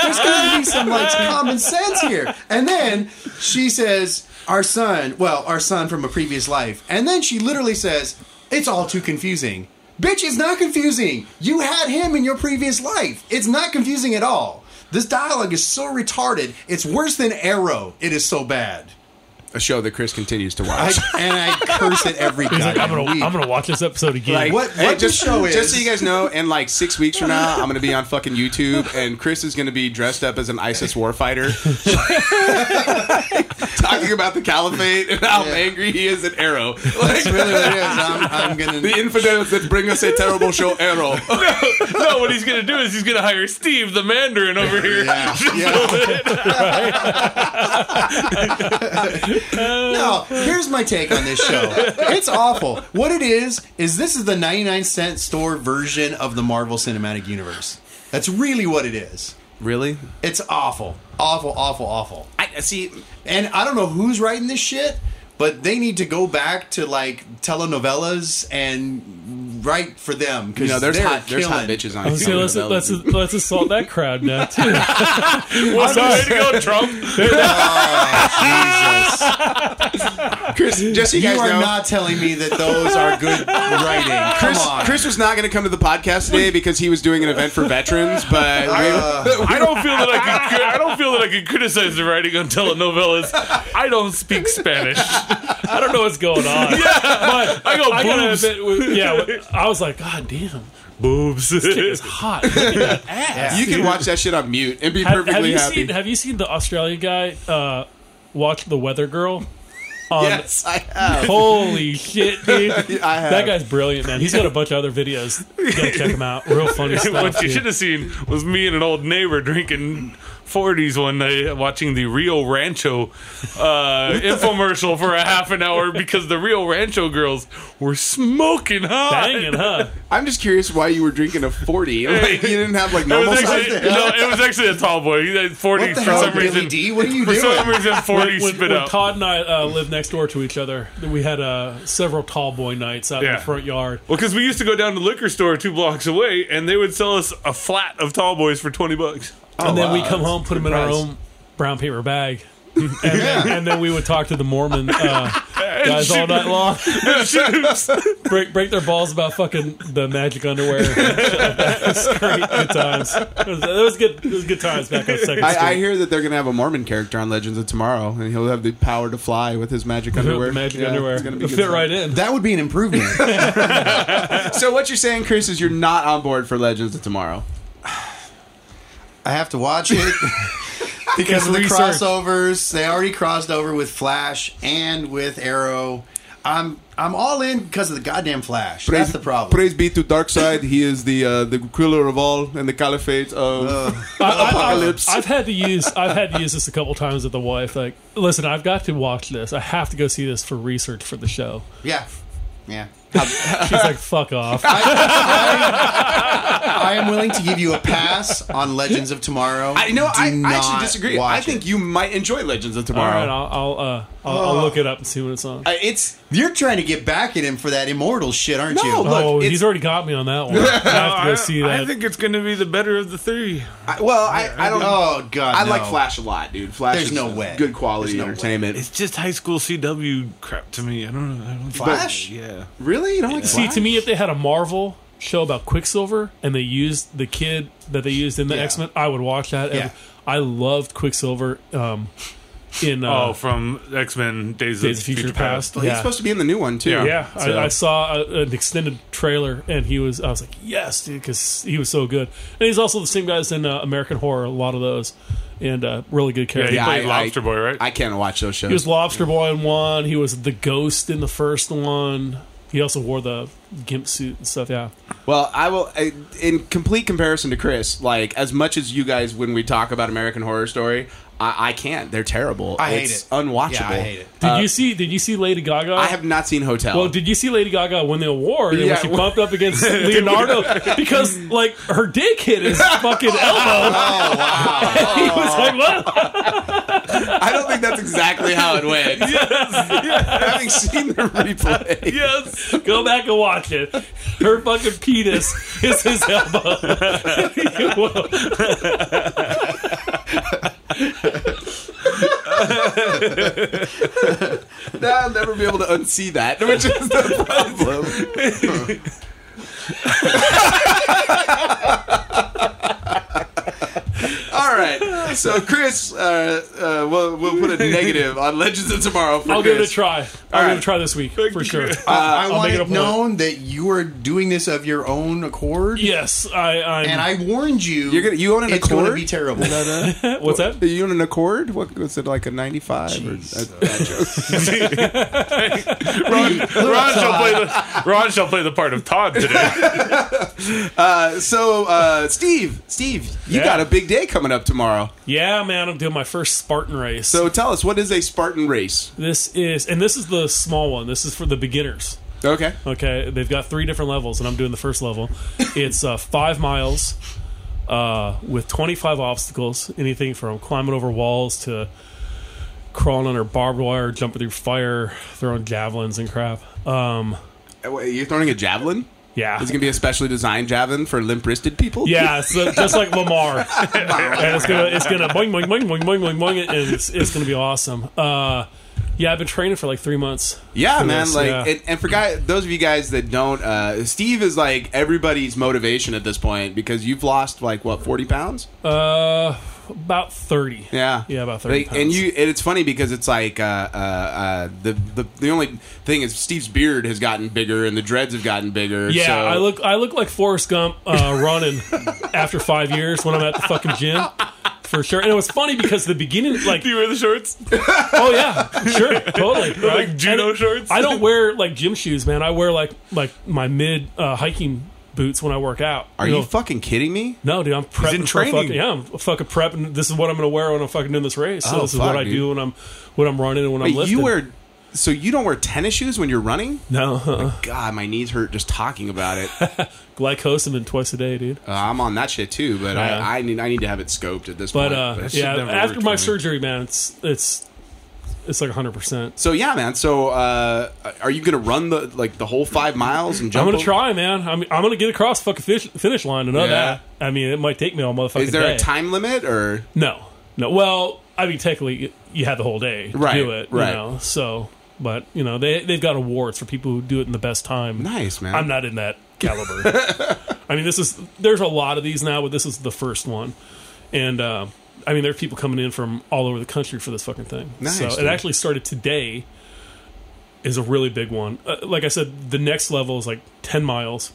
there's got to be some like common sense here. And then she says, "Our son, well, our son from a previous life." And then she literally says, "It's all too confusing." Bitch, it's not confusing. You had him in your previous life. It's not confusing at all. This dialogue is so retarded. It's worse than Arrow. It is so bad. a show that Chris continues to I, watch. and I curse it every He's goddamn like, I'm gonna, week. I'm gonna watch this episode again. Like, What- what the just, show just is- so you guys know, in like six weeks from now, I'm going to be on fucking YouTube, and Chris is going to be dressed up as an ISIS warfighter, talking about the caliphate and how Yeah. angry he is at Arrow. That's really what it is. I'm, I'm gonna. The infidels that bring us a terrible show, Arrow. no, what he's gonna do is he's gonna hire Steve the Mandarin over here. Yeah. yeah. no, here's my take on this show. It's awful. What it is is this is the 99 cent store version of the Marvel Cinematic Universe. That's really what it is. Really? It's awful, awful, awful, awful. I see. And I don't know who's writing this shit, but they need to go back to like telenovelas and write for them because You know, there's they're hot, there's hot killing. bitches I on. was gonna say, let's, let's, let's assault that crowd now, too. What's the way to go, Trump? Chris, just so you You guys are know, not telling me that those are good writing. Chris, Come on. Chris was not going to come to the podcast today because he was doing an event for veterans, Uh, but we, I don't feel that I can. cri- I don't feel that I can criticize the writing on telenovelas. I don't speak Spanish. I don't know what's going on. But I go I gotta boobs, admit, we- yeah, we- I was like, God damn, boobs. it's hot. Look at that ass. you can watch that shit on mute and be Have, have perfectly you happy. seen? Have you seen the Australian guy uh, watch The Weather Girl? On, yes, I have. Holy shit, dude! I have. That guy's brilliant, man. He's got a bunch of other videos. You gotta check him out. Real funny stuff. what you dude. should have seen was me and an old neighbor drinking 40s one night watching the Rio Rancho uh, infomercial for a half an hour because the Rio Rancho girls were smoking hot. Banging, huh? I'm just curious why you were drinking a 40. Like you didn't have like It normal was, size. actually, no, it was actually a tall boy. He had 40 what the for hell, some Billy reason. D? What are you For doing? some reason, 40 When, spit when out. Todd and I uh, lived next door to each other, we had uh, several tall boy nights out in Yeah. the front yard. Well, because we used to go down to the liquor store two blocks away, and they would sell us a flat of tall boys for 20 bucks. and then wow, we come home, put them in our price. own brown paper bag, and, then, and then we would talk to the Mormon uh, guys all night long, break break their balls about fucking the magic underwear. It's great, good times. It was, it was good. It was good times back on Second Street. I, I hear that they're gonna have a Mormon character on Legends of Tomorrow, and he'll have the power to fly with his magic underwear. The magic Yeah, underwear. It's gonna be It'll good fit stuff. right in. That would be an improvement. So what you're saying, Chris, is you're not on board for Legends of Tomorrow. I have to watch it because of the research. crossovers. They already crossed over with Flash and with Arrow. I'm I'm all in because of the goddamn Flash. That's the problem. Praise be to Dark Side. He is the uh, the killer of all and the caliphate of. Apocalypse. I, have had to use I've had to use this a couple times with the wife. Like, listen, I've got to watch this. I have to go see this for research for the show. yeah, yeah. She's like, fuck off. I am willing to give you a pass on Legends of Tomorrow. I know. Do I, I not actually disagree. watch I think it. you might enjoy Legends of All Tomorrow. right, I'll I'll, uh, I'll, I'll look it up and see what it's on. Uh, it's you're trying to get back at him for that immortal shit, aren't No, you? look, oh, it's- he's already got me on that one. I have to go see that. I think it's going to be the better of the three. I, well, I, I don't. Oh god, I no. like Flash a lot, dude. Flash There's is no way. good quality There's no entertainment. It's just high school CW crap to me. I don't know. I don't Flash? Yeah. Really, you don't like see, Flash? to me, if they had a Marvel show about Quicksilver and they used the kid that they used in the Yeah. X Men, I would watch that. Yeah. I loved Quicksilver um, in uh, Oh, from X Men Days, Days of Future, Past. Well, he's supposed to be in the new one too. Yeah. Yeah, So- I, I saw a, an extended trailer, and he was. I was like, yes, dude, because he was so good. And he's also the same guy that's in uh, American Horror, a lot of those, and uh, really good character. Yeah, he played Lobster Boy, right? I can't watch those shows. He was Lobster Boy in one. He was the Ghost in the first one. He also wore the gimp suit and stuff. Yeah, Well, I will. I, in complete comparison to Chris, like as much as you guys, when we talk about American Horror Story, I, I can't. They're terrible. I hate it's it. Unwatchable. Yeah, I hate it. did you see? Did you see Lady Gaga? Uh, I have not seen Hotel. Well, did you see Lady Gaga win the award and Yeah, when she well- bumped up against Leonardo because like her dick hit his fucking elbow? Oh, And he was like, "What?" I don't think that's exactly how it went. Having seen the replay, Yes. Go back and watch it. Her fucking penis is his elbow. now I'll never be able to unsee that, which is the problem. All right, so Chris, uh, uh, we'll, we'll put a negative on Legends of Tomorrow for I'll Chris. give it a try. I'll give it right. a try this week for sure. I, I want make it a it point. known that you are doing this of your own accord. Yes, I. I'm, And I warned you. You're gonna- you own an it's Accord? gonna be terrible. what's that? Are you in an Accord? What was it like a ninety-five? Or, Ron shall play the Ron shall play the part of Todd today. uh, so, uh, Steve, Steve, you Yeah. got a big day coming up tomorrow. Yeah, man, I'm doing my first Spartan race. So, tell us what is a Spartan race? this is, and this is the small one. This is for the beginners. Okay, Okay, they've got three different levels, and I'm doing the first level. It's uh, five miles, uh, with 25 obstacles, anything from climbing over walls to crawling under barbed wire, jumping through fire, throwing javelins and crap. Um, Uh, wait, You're throwing a javelin? yeah. It's gonna be a specially designed javelin for limp-wristed people. Yeah, so just like Lamar, and it's gonna it's gonna boing boing boing boing boing boing boing, and it's, it's gonna be awesome. Uh, yeah, I've been training for like three months. Yeah, for man. this, like, yeah. and, and for guy, those of you guys that don't, uh, Steve is like everybody's motivation at this point because you've lost like what forty pounds. uh, about thirty. Yeah, yeah, about thirty. Like, pounds. And you, and it's funny because it's like uh, uh, uh, the the the only thing is Steve's beard has gotten bigger and the dreads have gotten bigger. Yeah, so- I look I look like Forrest Gump uh, running after five years when I'm at the fucking gym for sure. And it was funny because the beginning, like, Do you wear the shorts? oh yeah, sure, totally, right? like judo And it- shorts? I don't wear like gym shoes, man. I wear like like my mid uh, hiking boots when I work out. Are you know? fucking kidding me? No, dude, I'm prepping in for training. fucking yeah, I'm fucking prepping. This is what I'm gonna wear when I'm fucking doing this race. So Oh, this is fuck, what I dude. do when I'm when I'm running and when I'm Wait, lifting. you wear so you don't wear tennis shoes when you're running? no uh, God, my knees hurt just talking about it. uh, glycosamine twice a day, dude. I'm on that shit too, but Yeah. I, I need I need to have it scoped at this But point. uh, that shit yeah, never after worked my for me. surgery, man, it's it's it's like 100. percent So yeah, man. So uh, are you gonna run the like the whole five miles and I'm jump? gonna over- try, man. I'm I'm gonna get across fucking finish, finish line. I know Yeah. that. I mean, it might take me all motherfucking. Is there day. a time limit or? No, no. Well, I mean, technically, y- you had the whole day to Right, do it, right. you know. So, but you know, they they've got awards for people who do it in the best time. Nice, man. I'm not in that caliber. I mean, this is there's a lot of these now, but this is the first one, and uh, I mean, there are people coming in from all over the country for this fucking thing. Nice, so dude. it actually started today. Is a really big one. Uh, like I said, the next level is like ten miles,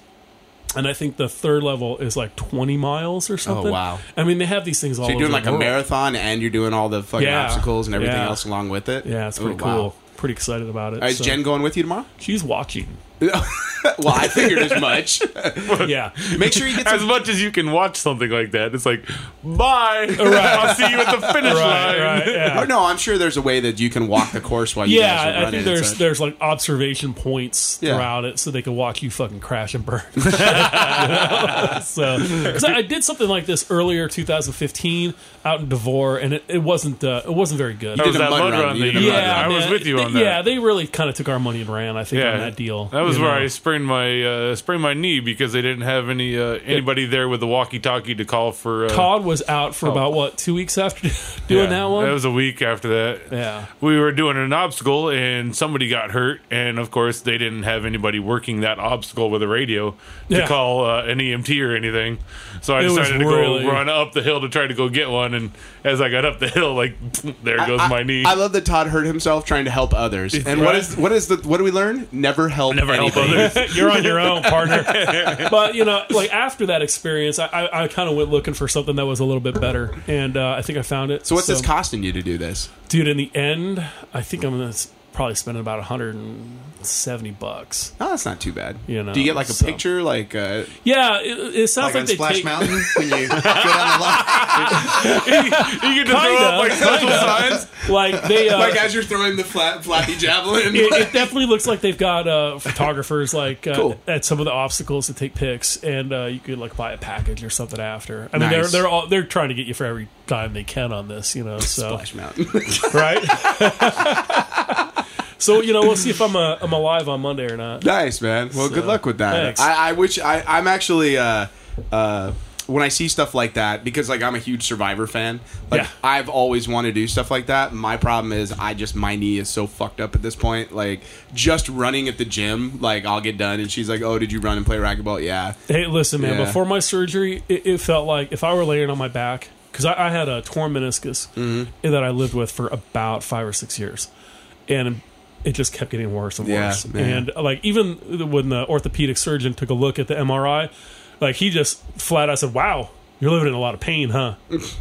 and I think the third level is like twenty miles or something. Oh, wow. I mean, they have these things all. So you're doing over like the a world. marathon and you're doing all the fucking Yeah. obstacles and everything Yeah. else along with it. Yeah, it's Oh, pretty wow. cool. Pretty excited about it. All right, Is so- Jen going with you tomorrow? she's watching. well, I figured as much. yeah, Make sure you get As some. much as you can watch something like that, it's like, bye. I'll see you at the finish right, line. right. Oh, Yeah, no, I'm sure there's a way that you can walk the course while you guys are yeah. I running think and there's such. there's like observation points Yeah. throughout it, so they can watch you fucking crash and burn. so, 'cause I, I did something like this earlier, 2015, out in Devore, and it, it wasn't uh, it wasn't very good. That was did a that mud mud run. run You that did a you mud ran. run. I was man, with you they- on that. Yeah, they really kind of took our money and ran. I think on that deal. That was you where know. I sprained my uh, sprained my knee because they didn't have any uh, anybody there with the walkie-talkie to call for. Uh, Todd was out for about what two weeks after doing yeah, that one. That was a week after that. yeah. We were doing an obstacle and somebody got hurt, and of course they didn't have anybody working that obstacle with a radio to Yeah. call uh, an EMT or anything. So I It was decided to really- go run up the hill to try to go get one, and as I got up the hill, like there goes I, my knee. I love that Todd hurt himself trying to help others. And what Right. is what is the what do we learn? Never help. Never help anything. others. You're on your own, partner. but you know, like after that experience, I, I, I kind of went looking for something that was a little bit better, and uh, I think I found it. So what's this costing you to do this? dude? In the end, I think I'm gonna s- probably spend about 170 bucks. Oh, that's not too bad. You know, do you get like a so- picture? Like uh, Yeah, it, it sounds Like like, on they Splash take. Mountain when you go down the line. you can just throw up Kinda, like special signs. Like they, uh, like as you're throwing the flat flappy javelin. it, it definitely looks like they've got uh, photographers like uh, Cool. at some of the obstacles to take pics, and uh, you could like buy a package or something after. I mean, Nice. they're they're all they're trying to get you for every dime they can on this, you know. So Splash Mountain. right? so you know, we'll see if I'm uh, I'm alive on Monday or not. nice, man. Well, good So, luck with that. thanks. I, I wish I, I'm actually. Uh, uh, when I see stuff like that, because like I'm a huge Survivor fan, like Yeah. I've always wanted to do stuff like that. My problem is I just my knee is so fucked up at this point. Like just running at the gym, like I'll get done, and she's like, "Oh, did you run and play racquetball?" Yeah, Hey, listen, man. Yeah. Before my surgery, it, it felt like if I were laying on my back because I, I had a torn meniscus Mm-hmm. that I lived with for about five or six years, and it just kept getting worse and Yeah, worse. man. And like even when the orthopedic surgeon took a look at the MRI, like he just flat out said, "Wow, you're living in a lot of pain, huh?" I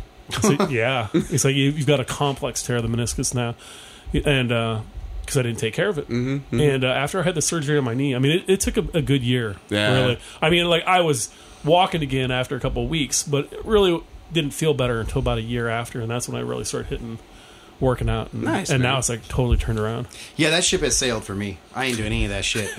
said, yeah, it's like you, you've got a complex tear of the meniscus now, and because I didn't take care of it. Mm-hmm, And uh, after I had the surgery on my knee, I mean, it, it took a, a good year. Yeah. Really, I mean, like I was walking again after a couple of weeks, but it really didn't feel better until about a year after, and that's when I really started hitting working out. And, Nice, And man. now it's like totally turned around. Yeah, that ship has sailed for me. I ain't doing any of that shit.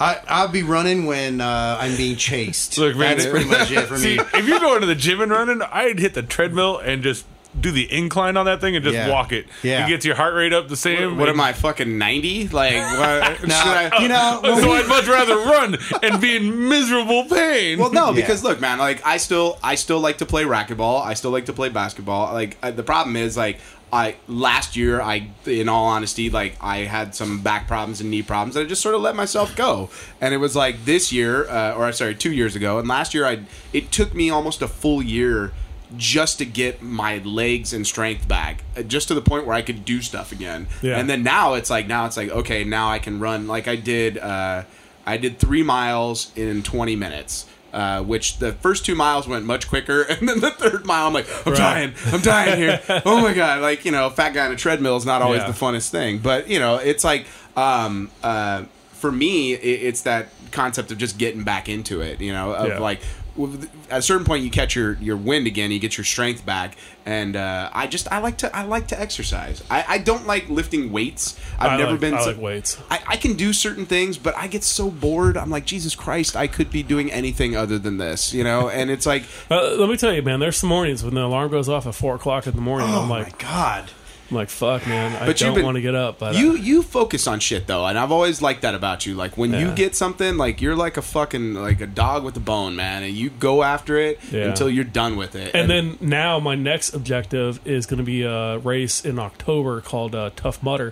I, I'll be running when uh, I'm being chased. Look, man, That's it- pretty much it for See, me. if you're going to the gym and running, I'd hit the treadmill and just do the incline on that thing and just Yeah. walk it. Yeah. It gets your heart rate up the same. What am and- I fucking ninety? Like, what, should Nah, I? you know, when So we- I'd much rather run and be in miserable pain. Well, no, Yeah. because look, man, like I still, I still like to play racquetball. I still like to play basketball. Like I, the problem is, like I last year, I, in all honesty, like I had some back problems and knee problems, and I just sort of let myself go. And it was like this year, uh, or sorry, two years ago, and last year, I, it took me almost a full year just to get my legs and strength back, uh, just to the point where I could do stuff again. Yeah. And then now it's like now it's like okay, now I can run like I did. Uh, I did three miles in 20 minutes. Uh, which the first two miles went much quicker, and then the third mile, I'm like, I'm dying, I'm dying here. oh my god! Like you know, fat guy on a treadmill is not always Yeah. the funnest thing, but you know, it's like, um, uh, for me, it, it's that concept of just getting back into it. You know, of Yeah. like with- at a certain point you catch your, your wind again you get your strength back and uh, i just i like to i like to exercise i, I don't like lifting weights i've I never like- been I so- like weights. I, I can do certain things but i get so bored i'm like jesus christ i could be doing anything other than this you know and it's like Uh, let me tell you, man. There's some mornings when the alarm goes off at four o'clock in the morning. I'm my like, God. I'm like, fuck, man. Oh I But you've don't been- want to get up. But uh, you you focus on shit though and i've always liked that about you like when you Yeah. get something like you're like a fucking like a dog with a bone man and you go after it Yeah. until you're done with it and then now my next objective is going to be a race in October called uh, Tough Mudder.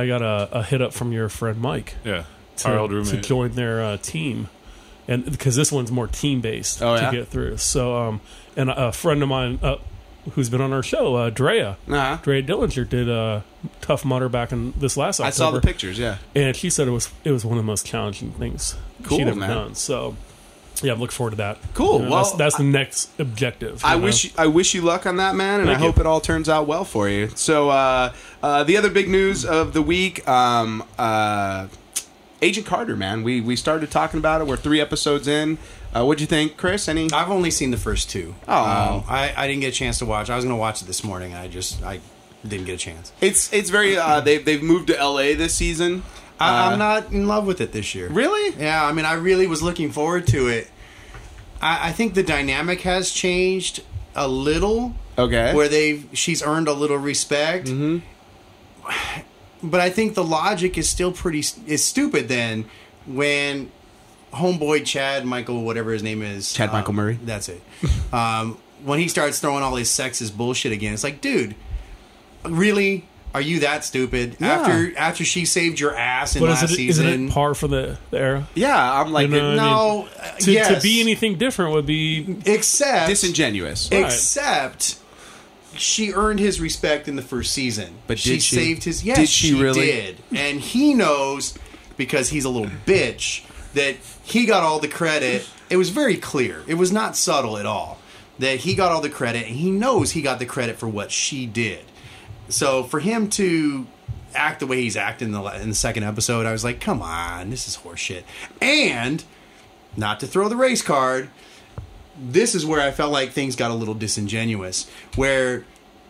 I got a, a hit up from your friend Mike yeah. to, Our old to roommate. join their uh, team, and because this one's more team based Oh, yeah? to get through. So, um, and a a friend of mine uh, who's been on our show, uh, Drea, Uh-huh. Drea Dillinger did uh, Tough Mudder back in this last October. i saw the pictures yeah and she said it was it was one of the most challenging things Cool, she'd ever man. done. So yeah, I'm looking forward to that. Cool, You know, well, that's, that's the next objective. I you know? wish I wish you luck on that, man, and I Thank you. hope it all turns out well for you. So, uh, uh, the other big news of the week, um, uh, Agent Carter, man. We we started talking about it. We're three episodes in. Uh, what'd you think, Chris? Any? I've only seen the first two. Oh. Um, I, I didn't get a chance to watch. I was going to watch it this morning. I just I didn't get a chance. It's it's very. Uh, they they've moved to L.A. this season. Uh. I, I'm not in love with it this year. Really? Yeah, I mean, I really was looking forward to it. I, I think the dynamic has changed a little. Okay. Where they've she's earned a little respect. Mm-hmm. But I think the logic is still pretty s- is stupid. Then when homeboy Chad Michael whatever his name is Chad Michael um, Murray. That's it. um, when he starts throwing all his sexist bullshit again, it's like, dude, really? Are you that stupid? Yeah. After after she saved your ass in But last is it, season, isn't it par for the, the era? Yeah, I'm like You know, I mean, no, uh, to, yes. to be anything different would be except disingenuous. except she earned his respect in the first season. But she, did she? saved his yes, Did she she, really? did. And he knows because he's a little bitch that he got all the credit. It was very clear. It was not subtle at all that he got all the credit and he knows he got the credit for what she did. So for him to act the way he's acting in the, la- in the second episode, I was like, come on, this is horseshit. And not to throw the race card, this is where I felt like things got a little disingenuous. Where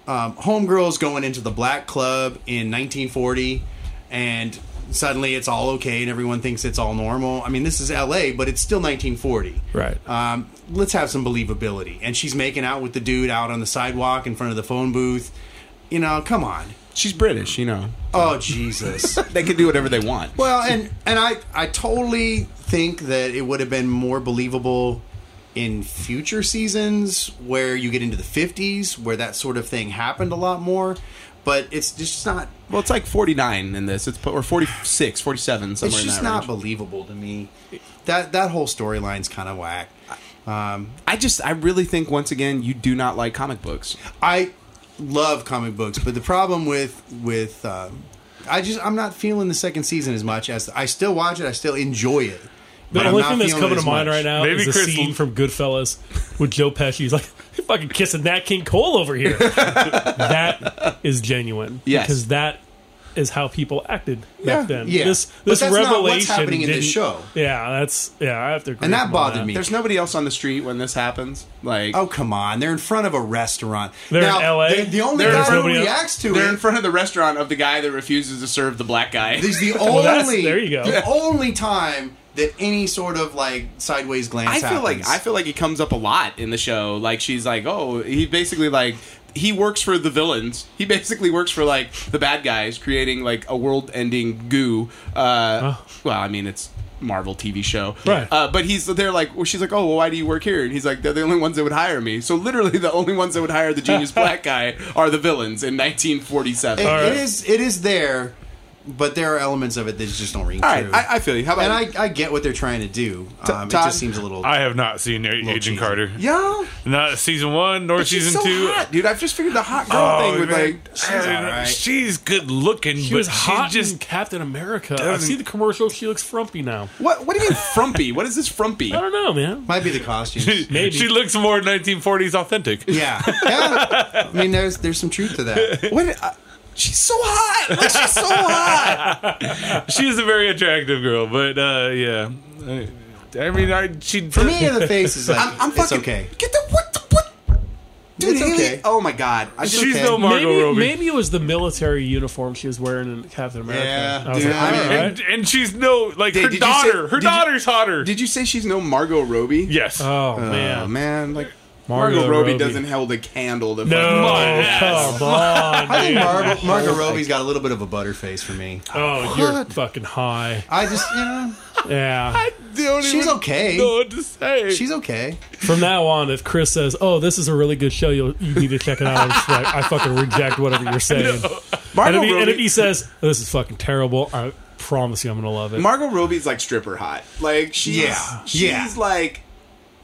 um, homegirls going into the black club in 1940, and suddenly it's all okay, and everyone thinks it's all normal. I mean, this is L.A., but it's still 1940. right. Uh, Um, let's have some believability. And she's making out with the dude out on the sidewalk in front of the phone booth. You know, come on. She's British, you know. Oh Jesus. They can do whatever they want. Well, and and I I totally think that it would have been more believable in future seasons where you get into the 50s where that sort of thing happened a lot more, but it's just not Well, it's like 49 in this. It's or 46, 47 somewhere. it's in just that not range. believable to me. That that whole storyline's kind of whack. I just I really think once again you do not like comic books. I love comic books, but the problem with with um, I just I'm not feeling the second season as much as I still watch it. I still enjoy it. but The I'm only not thing that's feeling coming to it as mind much. right now Maybe is the Chris- scene from Goodfellas with Joe Pesci. He's like, "You're fucking kissing Nat King Cole over here." that is genuine. Yes. because that is how people acted Yeah, back then. yeah. This But this that's not what's revelation happening in this didn't- show. Yeah, that's yeah. I have to. Agree And that with him on bothered me. There's nobody else on the street when this happens. Like Oh come on! They're in front of a restaurant. They're in LA? The, the only They're in guy who nobody else? reacts to they're it in front of the restaurant of the guy that refuses to serve the black guy. is the that's- only. there you go. The only time that any sort of like sideways glance. I feel like happens. I feel like he comes up a lot in the show. Like she's like, oh, he basically like he works for the villains. He basically works for like the bad guys, creating like a world-ending goo. Uh, Well, I mean, it's Marvel TV show, Right. Uh, but he's they're like, well, she's like, oh, well, why do you work here? And he's like, they're the only ones that would hire me. So literally, the only ones that would hire the genius black guy are the villains in 1947. It- All right. it is it is there, but there are elements of it that just don't ring right, true. I, I feel you. How about and I, I get what they're trying to do. Um, Todd- it just seems a little. I have not seen Agent cheesy. Carter. yeah? Not season one nor She's season so two. hot, dude. I've just figured the hot girl Oh, thing with man. like. she's, alright. good looking, She but was hot she's just in Captain America. I doesn't- see the commercial. She looks frumpy now. What what do you mean frumpy? What is this frumpy? I don't know, man. might be the costumes. Maybe. she looks more 1940s authentic. yeah. yeah. I mean, there's there's some truth to that. What? Uh, she's so hot. Like, she's so hot. She's a very attractive girl, but uh, yeah. I, I mean, I she For me, the face is like I'm, I'm it's fucking. okay. Get the what? The, what? Dude, It's Haley- okay. Oh my god. I just, she's okay. no Margot maybe, Robbie. maybe it was the military uniform she was wearing in Captain America. Yeah, I was dude, like, all I mean- and, right. and she's no like Dave, her did you daughter. say- her did you- daughter's hotter. Did you say she's no Margot Robbie? yes. Oh, Oh, man. man, like Margot Margot, Robbie, Robbie. doesn't hold a candle to. Oh, No, fucking- ass. come Oh, on. I think dude. Mar- Margot Robbie's got a little bit of a butter face for me. Oh, you're fucking high. I just, you know, Yeah. Don't she's even know okay. what to say. She's okay. From now on, if Chris says, "Oh, this is a really good show," you'll, you need to check it out. I'm just like, I fucking reject whatever you're saying. And, Margot if he, and if he Robbie. says, "Oh, "This is fucking terrible," I promise you, I'm gonna love it. Margot Robbie's like stripper hot. Like she's Yeah. she's Yeah. like.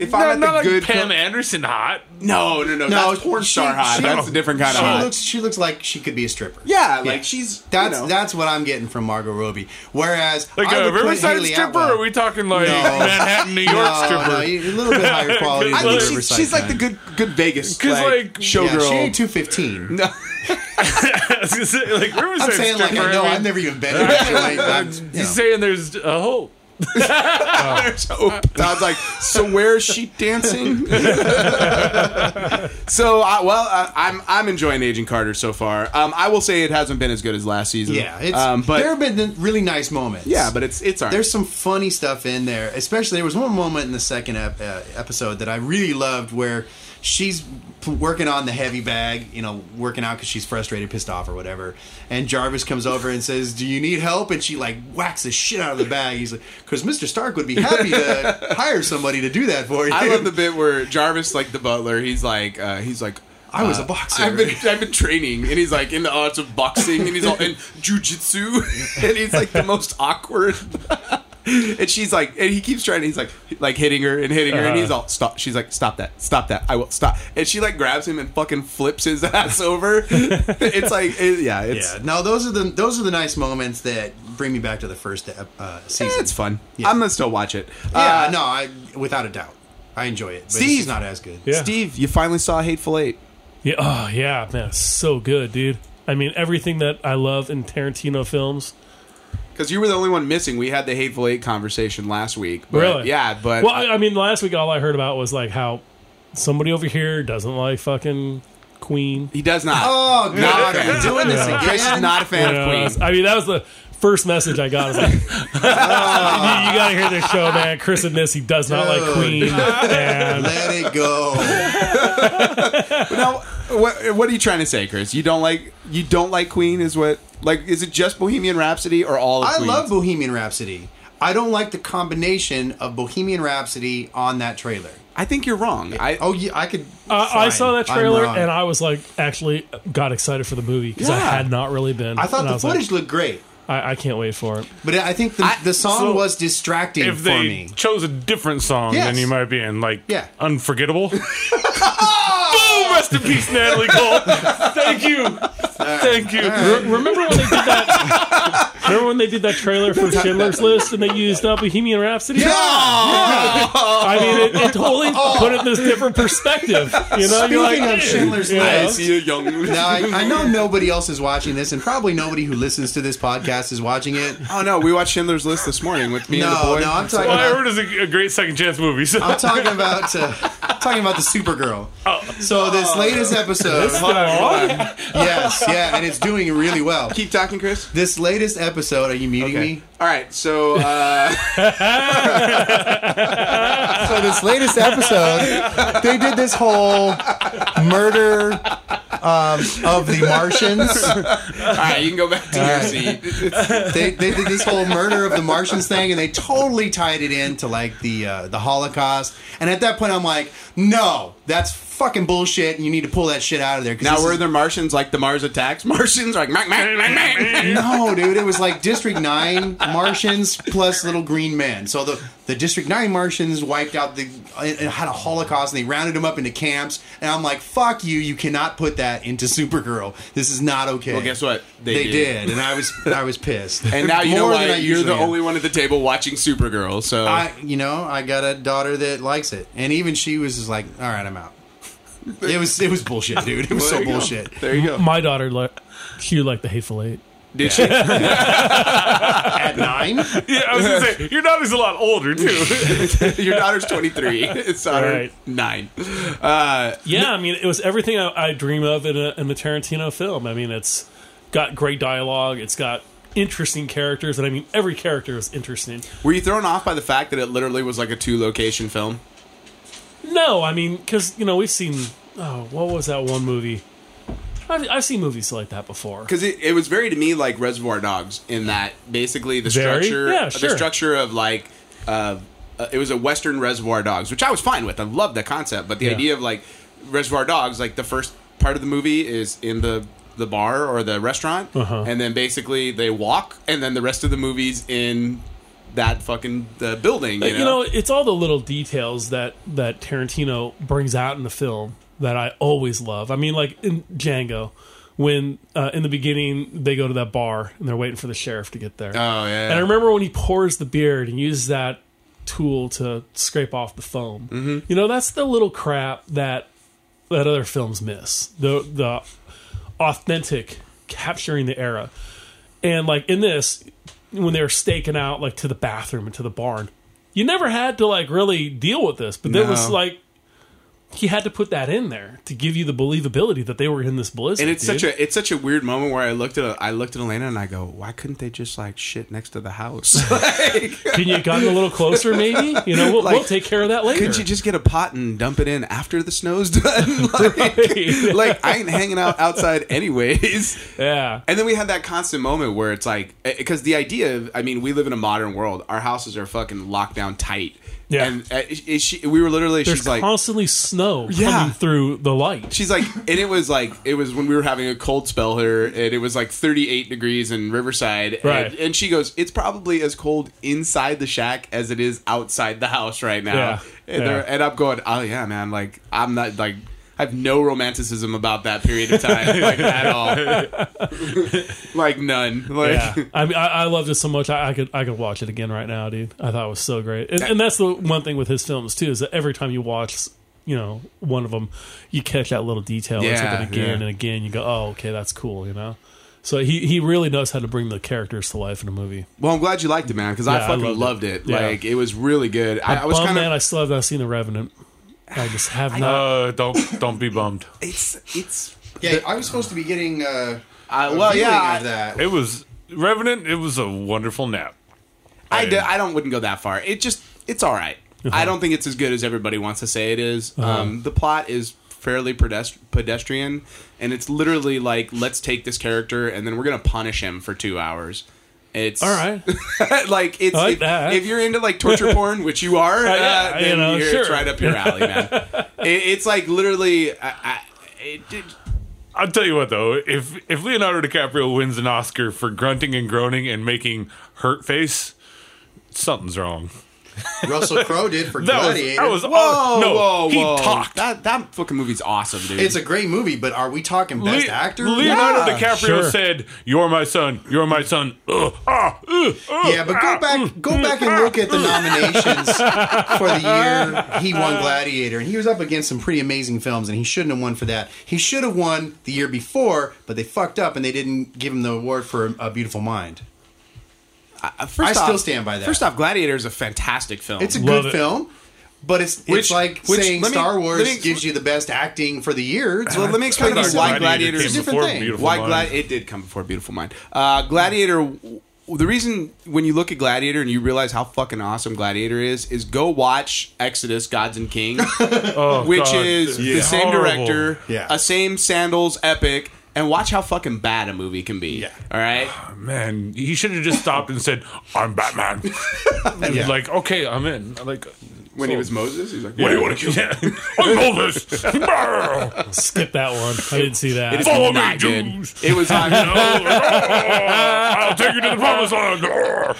If not, I'm at not the like good Pam co- Anderson hot. no, no, no, No, that's porn she- star hot. she- that's a different kind She of hot. looks, she looks like she could be a stripper. yeah, like Yeah. she's That's you know. uh, that's what I'm getting from Margot Robbie. Whereas Like I a would put Riverside Haley stripper? Atwell- Oh, Or are we talking like No. Manhattan, New York no, stripper? no, a little bit higher quality. I I than think the she's, Riverside she's like the kind. good good Vegas 'Cause, like, like, Yeah, showgirl. she ain't two fifteen. No. I was gonna say, like Riverside I'm saying like stripper. I know mean, I've never even been. there. so, like, I'm, you know. He's saying there's a hole. So Todd's like, so where is she dancing? so, I, well, uh, I'm I'm enjoying Agent Carter so far. Um, I will say it hasn't been as good as last season. Yeah, it's, um, but there have been really nice moments. yeah, but it's it's all right. there's some funny stuff in there. Especially there was one moment in the second ep- uh, episode that I really loved where she's p- working on the heavy bag, you know, working out because she's frustrated, pissed off, or whatever. And Jarvis comes over and says, "Do you need help?" And she like whacks the shit out of the bag. He's like, "Because Mr. Stark would be happy to hire somebody to do that for you." I love the bit where Jarvis, like the butler, he's like, uh, he's like. I was uh, a boxer. I've been I've been training, and he's like in the arts of boxing, and he's all in jujitsu, and he's like the most awkward. and she's like, and he keeps trying. He's like, like hitting her and hitting her, and Uh-huh. he's all stop. She's like, stop that, stop that. I will stop. And she like grabs him and fucking flips his ass over. it's like, it- yeah, it's yeah. No, those are the those are the nice moments that bring me back to the first ep- uh, eh, season. it's fun. Yeah. I'm gonna still watch it. Yeah, Uh, no, I without a doubt, I enjoy it. But Steve, Steve! it's just not as good. Yeah. Steve, you finally saw Hateful Eight. Yeah. Oh, yeah, man, it's so good, dude. I mean, everything that I love in Tarantino films. Because you were the only one missing. We had the Hateful Eight conversation last week. But, Really? Yeah, but Well, I, I mean, last week all I heard about was like how somebody over here doesn't like fucking Queen. he does not. Oh not God, a are you fan. doing this Yeah. Chris is again? not a fan You know, of that's- Queen. I mean, that was the first message I got. I was like, you, you gotta hear this show, man. Chris and this, he does not like Dude. Queen. And Let it go. Now, what, what are you trying to say, Chris? You don't like you don't like Queen? Is what like is it just Bohemian Rhapsody or all? Of I Queen? love Bohemian Rhapsody. I don't like the combination of Bohemian Rhapsody on that trailer. I think you're wrong. I Oh yeah, I could. uh, I saw that trailer and I, I was like, actually got excited for the movie because I Yeah. had not really been. I thought And the was footage Like, looked great, I, I can't wait for it. but I think the, I- the song so- was distracting If for they me. chose a different song, Yes. then you might be in like Yeah. unforgettable. Boom! Rest in peace, Natalie Cole. Thank you, thank you. Remember when they did that? remember when they did that trailer for Schindler's List and they used uh, Bohemian Rhapsody? Oh, I mean, it, it totally put it in this different perspective. You know, you're like, Oh. Speaking of "Eh." Schindler's You know? List, see you, young. Now I, I know nobody else is watching this, and probably nobody who listens to this podcast is watching it. oh no, we watched Schindler's List this morning with me and the No, boy. no, I'm talking Well, I about heard it's a, a great second chance movie. So I'm talking about uh, talking about the Supergirl. So this latest episode, yes, yeah, and it's doing really well. Keep talking, Chris. This latest episode, are you muting Okay. me? All right, so uh, So this latest episode, they did this whole murder um, of the Martians. all right, you can go back to your seat. They, they did this whole murder of the Martians thing, and they totally tied it into like the uh, the Holocaust. And at that point, I'm like, no, that's fucking bullshit, and you need to pull that shit out of there. 'cause Now this were is- there Martians like the Mars attacks? Martians like mac mac mac mac. No, dude, it was like District Nine Martians plus little green men. So the the District Nine Martians wiped out the it, it had a Holocaust and they rounded them up into camps. And I'm like, fuck you! You cannot put that into Supergirl. This is not okay. Well, guess what? They, did. and I was I was pissed. And now you know More why than I you're the usually am. only one at the table watching Supergirl. So I you know I got a daughter that likes it, and even she was just like, all right, I'm out. It was it was bullshit, dude. It was so bullshit. there you go. My daughter, li- she liked the Hateful Eight. Did she? At nine, Yeah, I was gonna say your daughter's a lot older too. Your daughter's 23. It's on Right. nine. Uh, Yeah, I mean, it was everything I, I dream of in a, in a Tarantino film. I mean, it's got great dialogue, it's got interesting characters, and I mean, every character is interesting. were you thrown off by the fact that it literally was like a two location film? No, I mean, because you know we've seen. Oh, what was that one movie? I've, I've seen movies like that before. Because it, it was very to me like Reservoir Dogs in that basically the Very? structure, Yeah, the sure. structure of like. Uh, uh, it was a Western Reservoir Dogs, which I was fine with. I loved the concept, but the Yeah. idea of like Reservoir Dogs, like the first part of the movie is in the the bar or the restaurant, Uh-huh. and then basically they walk, and then the rest of the movies in that fucking the building. You know, Uh, you know, it's all the little details that that Tarantino brings out in the film that I always love. I mean, like in Django, when uh, in the beginning they go to that bar and they're waiting for the sheriff to get there. Oh, yeah. And I remember when he pours the beard and uses that tool to scrape off the foam. Mm-hmm. You know, that's the little crap that that other films miss. The the authentic capturing the era. And like in this, when they were staking out like to the bathroom and to the barn, you never had to like really deal with this, but there was No. like he had to put that in there to give you the believability that they were in this blizzard. and it's dude. such a it's such a weird moment where I looked at I looked at Elena and I go, why couldn't they just like shit next to the house? like, Can you have gotten a little closer, maybe? You know, we'll, Like, we'll take care of that later. couldn't you just get a pot and dump it in after the snow's done? like, like, I ain't hanging out outside anyways. yeah. And then we had that constant moment where it's like, because the idea, of, I mean, we live in a modern world. Our houses are fucking locked down tight. Yeah. And uh, is she, we were literally, There's she's like, constantly snow Yeah. coming through the light. She's like, and it was like, it was when we were having a cold spell here, and it was like 38 degrees in Riverside. and- Right. And, she goes, it's probably as cold inside the shack as it is outside the house right now. Yeah, And, they're- yeah. and I'm going, oh, yeah, man. Like, I'm not, like, I have no romanticism about that period of time, like, at all. like, none. Like, Yeah, I mean, I, I loved it so much. I, I could, I could watch it again right now, dude. I thought it was so great, and, and that's the one thing with his films too is that every time you watch, you know, one of them, you catch that little detail or Yeah, something again yeah. and again. You go, oh, okay, that's cool, you know. So he, he really knows how to bring the characters to life in a movie. Well, I'm glad you liked it, man, because I Yeah, I fucking loved loved it. it. Yeah. Like, it was really good. I, I was Bum kind man, of. I still have not seen The Revenant. I just have not. Uh, don't don't be bummed. It's, it's. yeah, I was supposed to be getting. Uh, I, a well, viewing yeah. of that. It was Revenant. It was a wonderful nap. I, do, I don't wouldn't go that far. It just it's all right. Uh-huh. I don't think it's as good as everybody wants to say it is. Um, the plot is fairly pedest- pedestrian, and it's literally like let's take this character and then we're gonna punish him for two hours. It's All right, like it's I like if, that. if you're into like torture porn, which you are, uh, yeah, you then you know, are sure. it's right up your alley, man. it, it's like literally. I, I, it, it, I'll tell you what though, if if Leonardo DiCaprio wins an Oscar for grunting and groaning and making hurt face, something's wrong. Russell Crowe did for That was Gladiator. that was whoa, Oh, aw- no, whoa, he whoa. talked. That that fucking movie's awesome, dude. it's a great movie, but are we talking best Le- actor? Leonardo DiCaprio Sure. said, "You're my son. You're my son." Ugh, ah, ugh, ugh, Yeah, but go ah, ugh. back, go back and look at the nominations for the year he won Gladiator, and he was up against some pretty amazing films, and he shouldn't have won for that. He should have won the year before, but they fucked up and they didn't give him the award for A Beautiful Mind. Uh, First I still off- stand by that. First off, Gladiator is a fantastic film. It's a Love good it. film, but it's it's Which- like which- saying let me- Star let Wars me- gives you the best acting for the year. It's Well, let me explain to you why Gladiator Gladiator came is different before thing. Beautiful why Mind. Glad it did come before Beautiful Mind. Uh, Gladiator w- the reason when you look at Gladiator and you realize how fucking awesome Gladiator is, is go watch Exodus: Gods and Kings, which Oh, God. is Yeah. the same Horrible. director, Yeah. a same sandals epic, and watch how fucking bad a movie can be. Yeah. All right. Ah, Man, he should have just stopped and said, "I'm Batman." And Yeah. Like, okay, I'm in. Like, When he was Moses, he's like, what do you want to kill? Yeah. I know this. Brr. Skip that one. I didn't see that. Follow me, Not good. Jews. It was on. I'll take you to the promised land. Brr.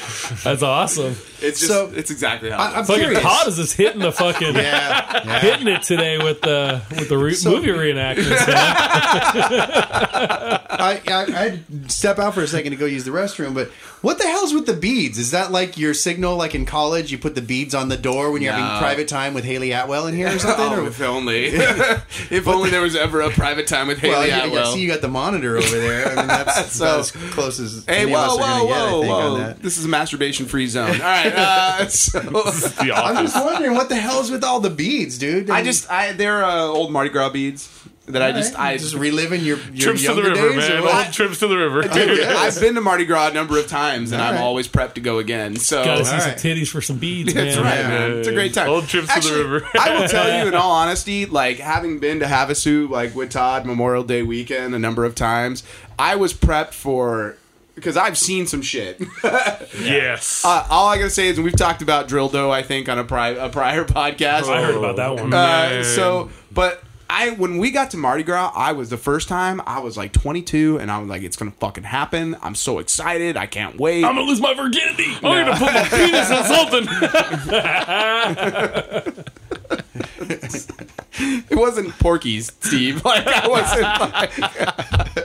That's awesome. It's just. So- it's exactly how. it I, am is. Fucking curious. Todd is just hitting the fucking Yeah, yeah. hitting it today with the with the re- movie reenactments. man. I, I, I had to step out for a second to go use the restroom, but what the hell's with the beads? Is that like your signal, like in college, you put the beads on the door when you're having No. private time with Haley Atwell in here or something? Oh, or, if only, if only there was ever a private time with well, Haley you- I Atwell. see you got the monitor over there. I mean, that's about as close as Hey, any whoa, of us are whoa, going to get, I whoa, think, on whoa! that. This is a masturbation-free zone. All right, uh, so The I'm office. just wondering what the hell's with all the beads, dude. I just, I they're uh, old Mardi Gras beads that I just, I just reliving your, your Trips to the younger river, days. man. or what? Old trips to the river. I've been to Mardi Gras a number of times, and I'm Alright. always prepped to go again. So Gotta see Alright. some titties for some beads, man. that's right, man. It's a great time. Old trips to the river. I will tell you, in all honesty, like having been to Havasu, like with Todd Memorial Day weekend a number of times, I was prepped for because I've seen some shit. Yes. Uh, all I gotta say is, and we've talked about drill dough, I think, on a, pri- a prior podcast. I heard about that one. Uh, Man. so, but I when we got to Mardi Gras, I was the first time. I was like 22, and I was like, "It's gonna fucking happen! I'm so excited! I can't wait!" I'm gonna lose my virginity. I'm gonna put my penis in something. it wasn't Porky's, Steve. Like I wasn't. Like,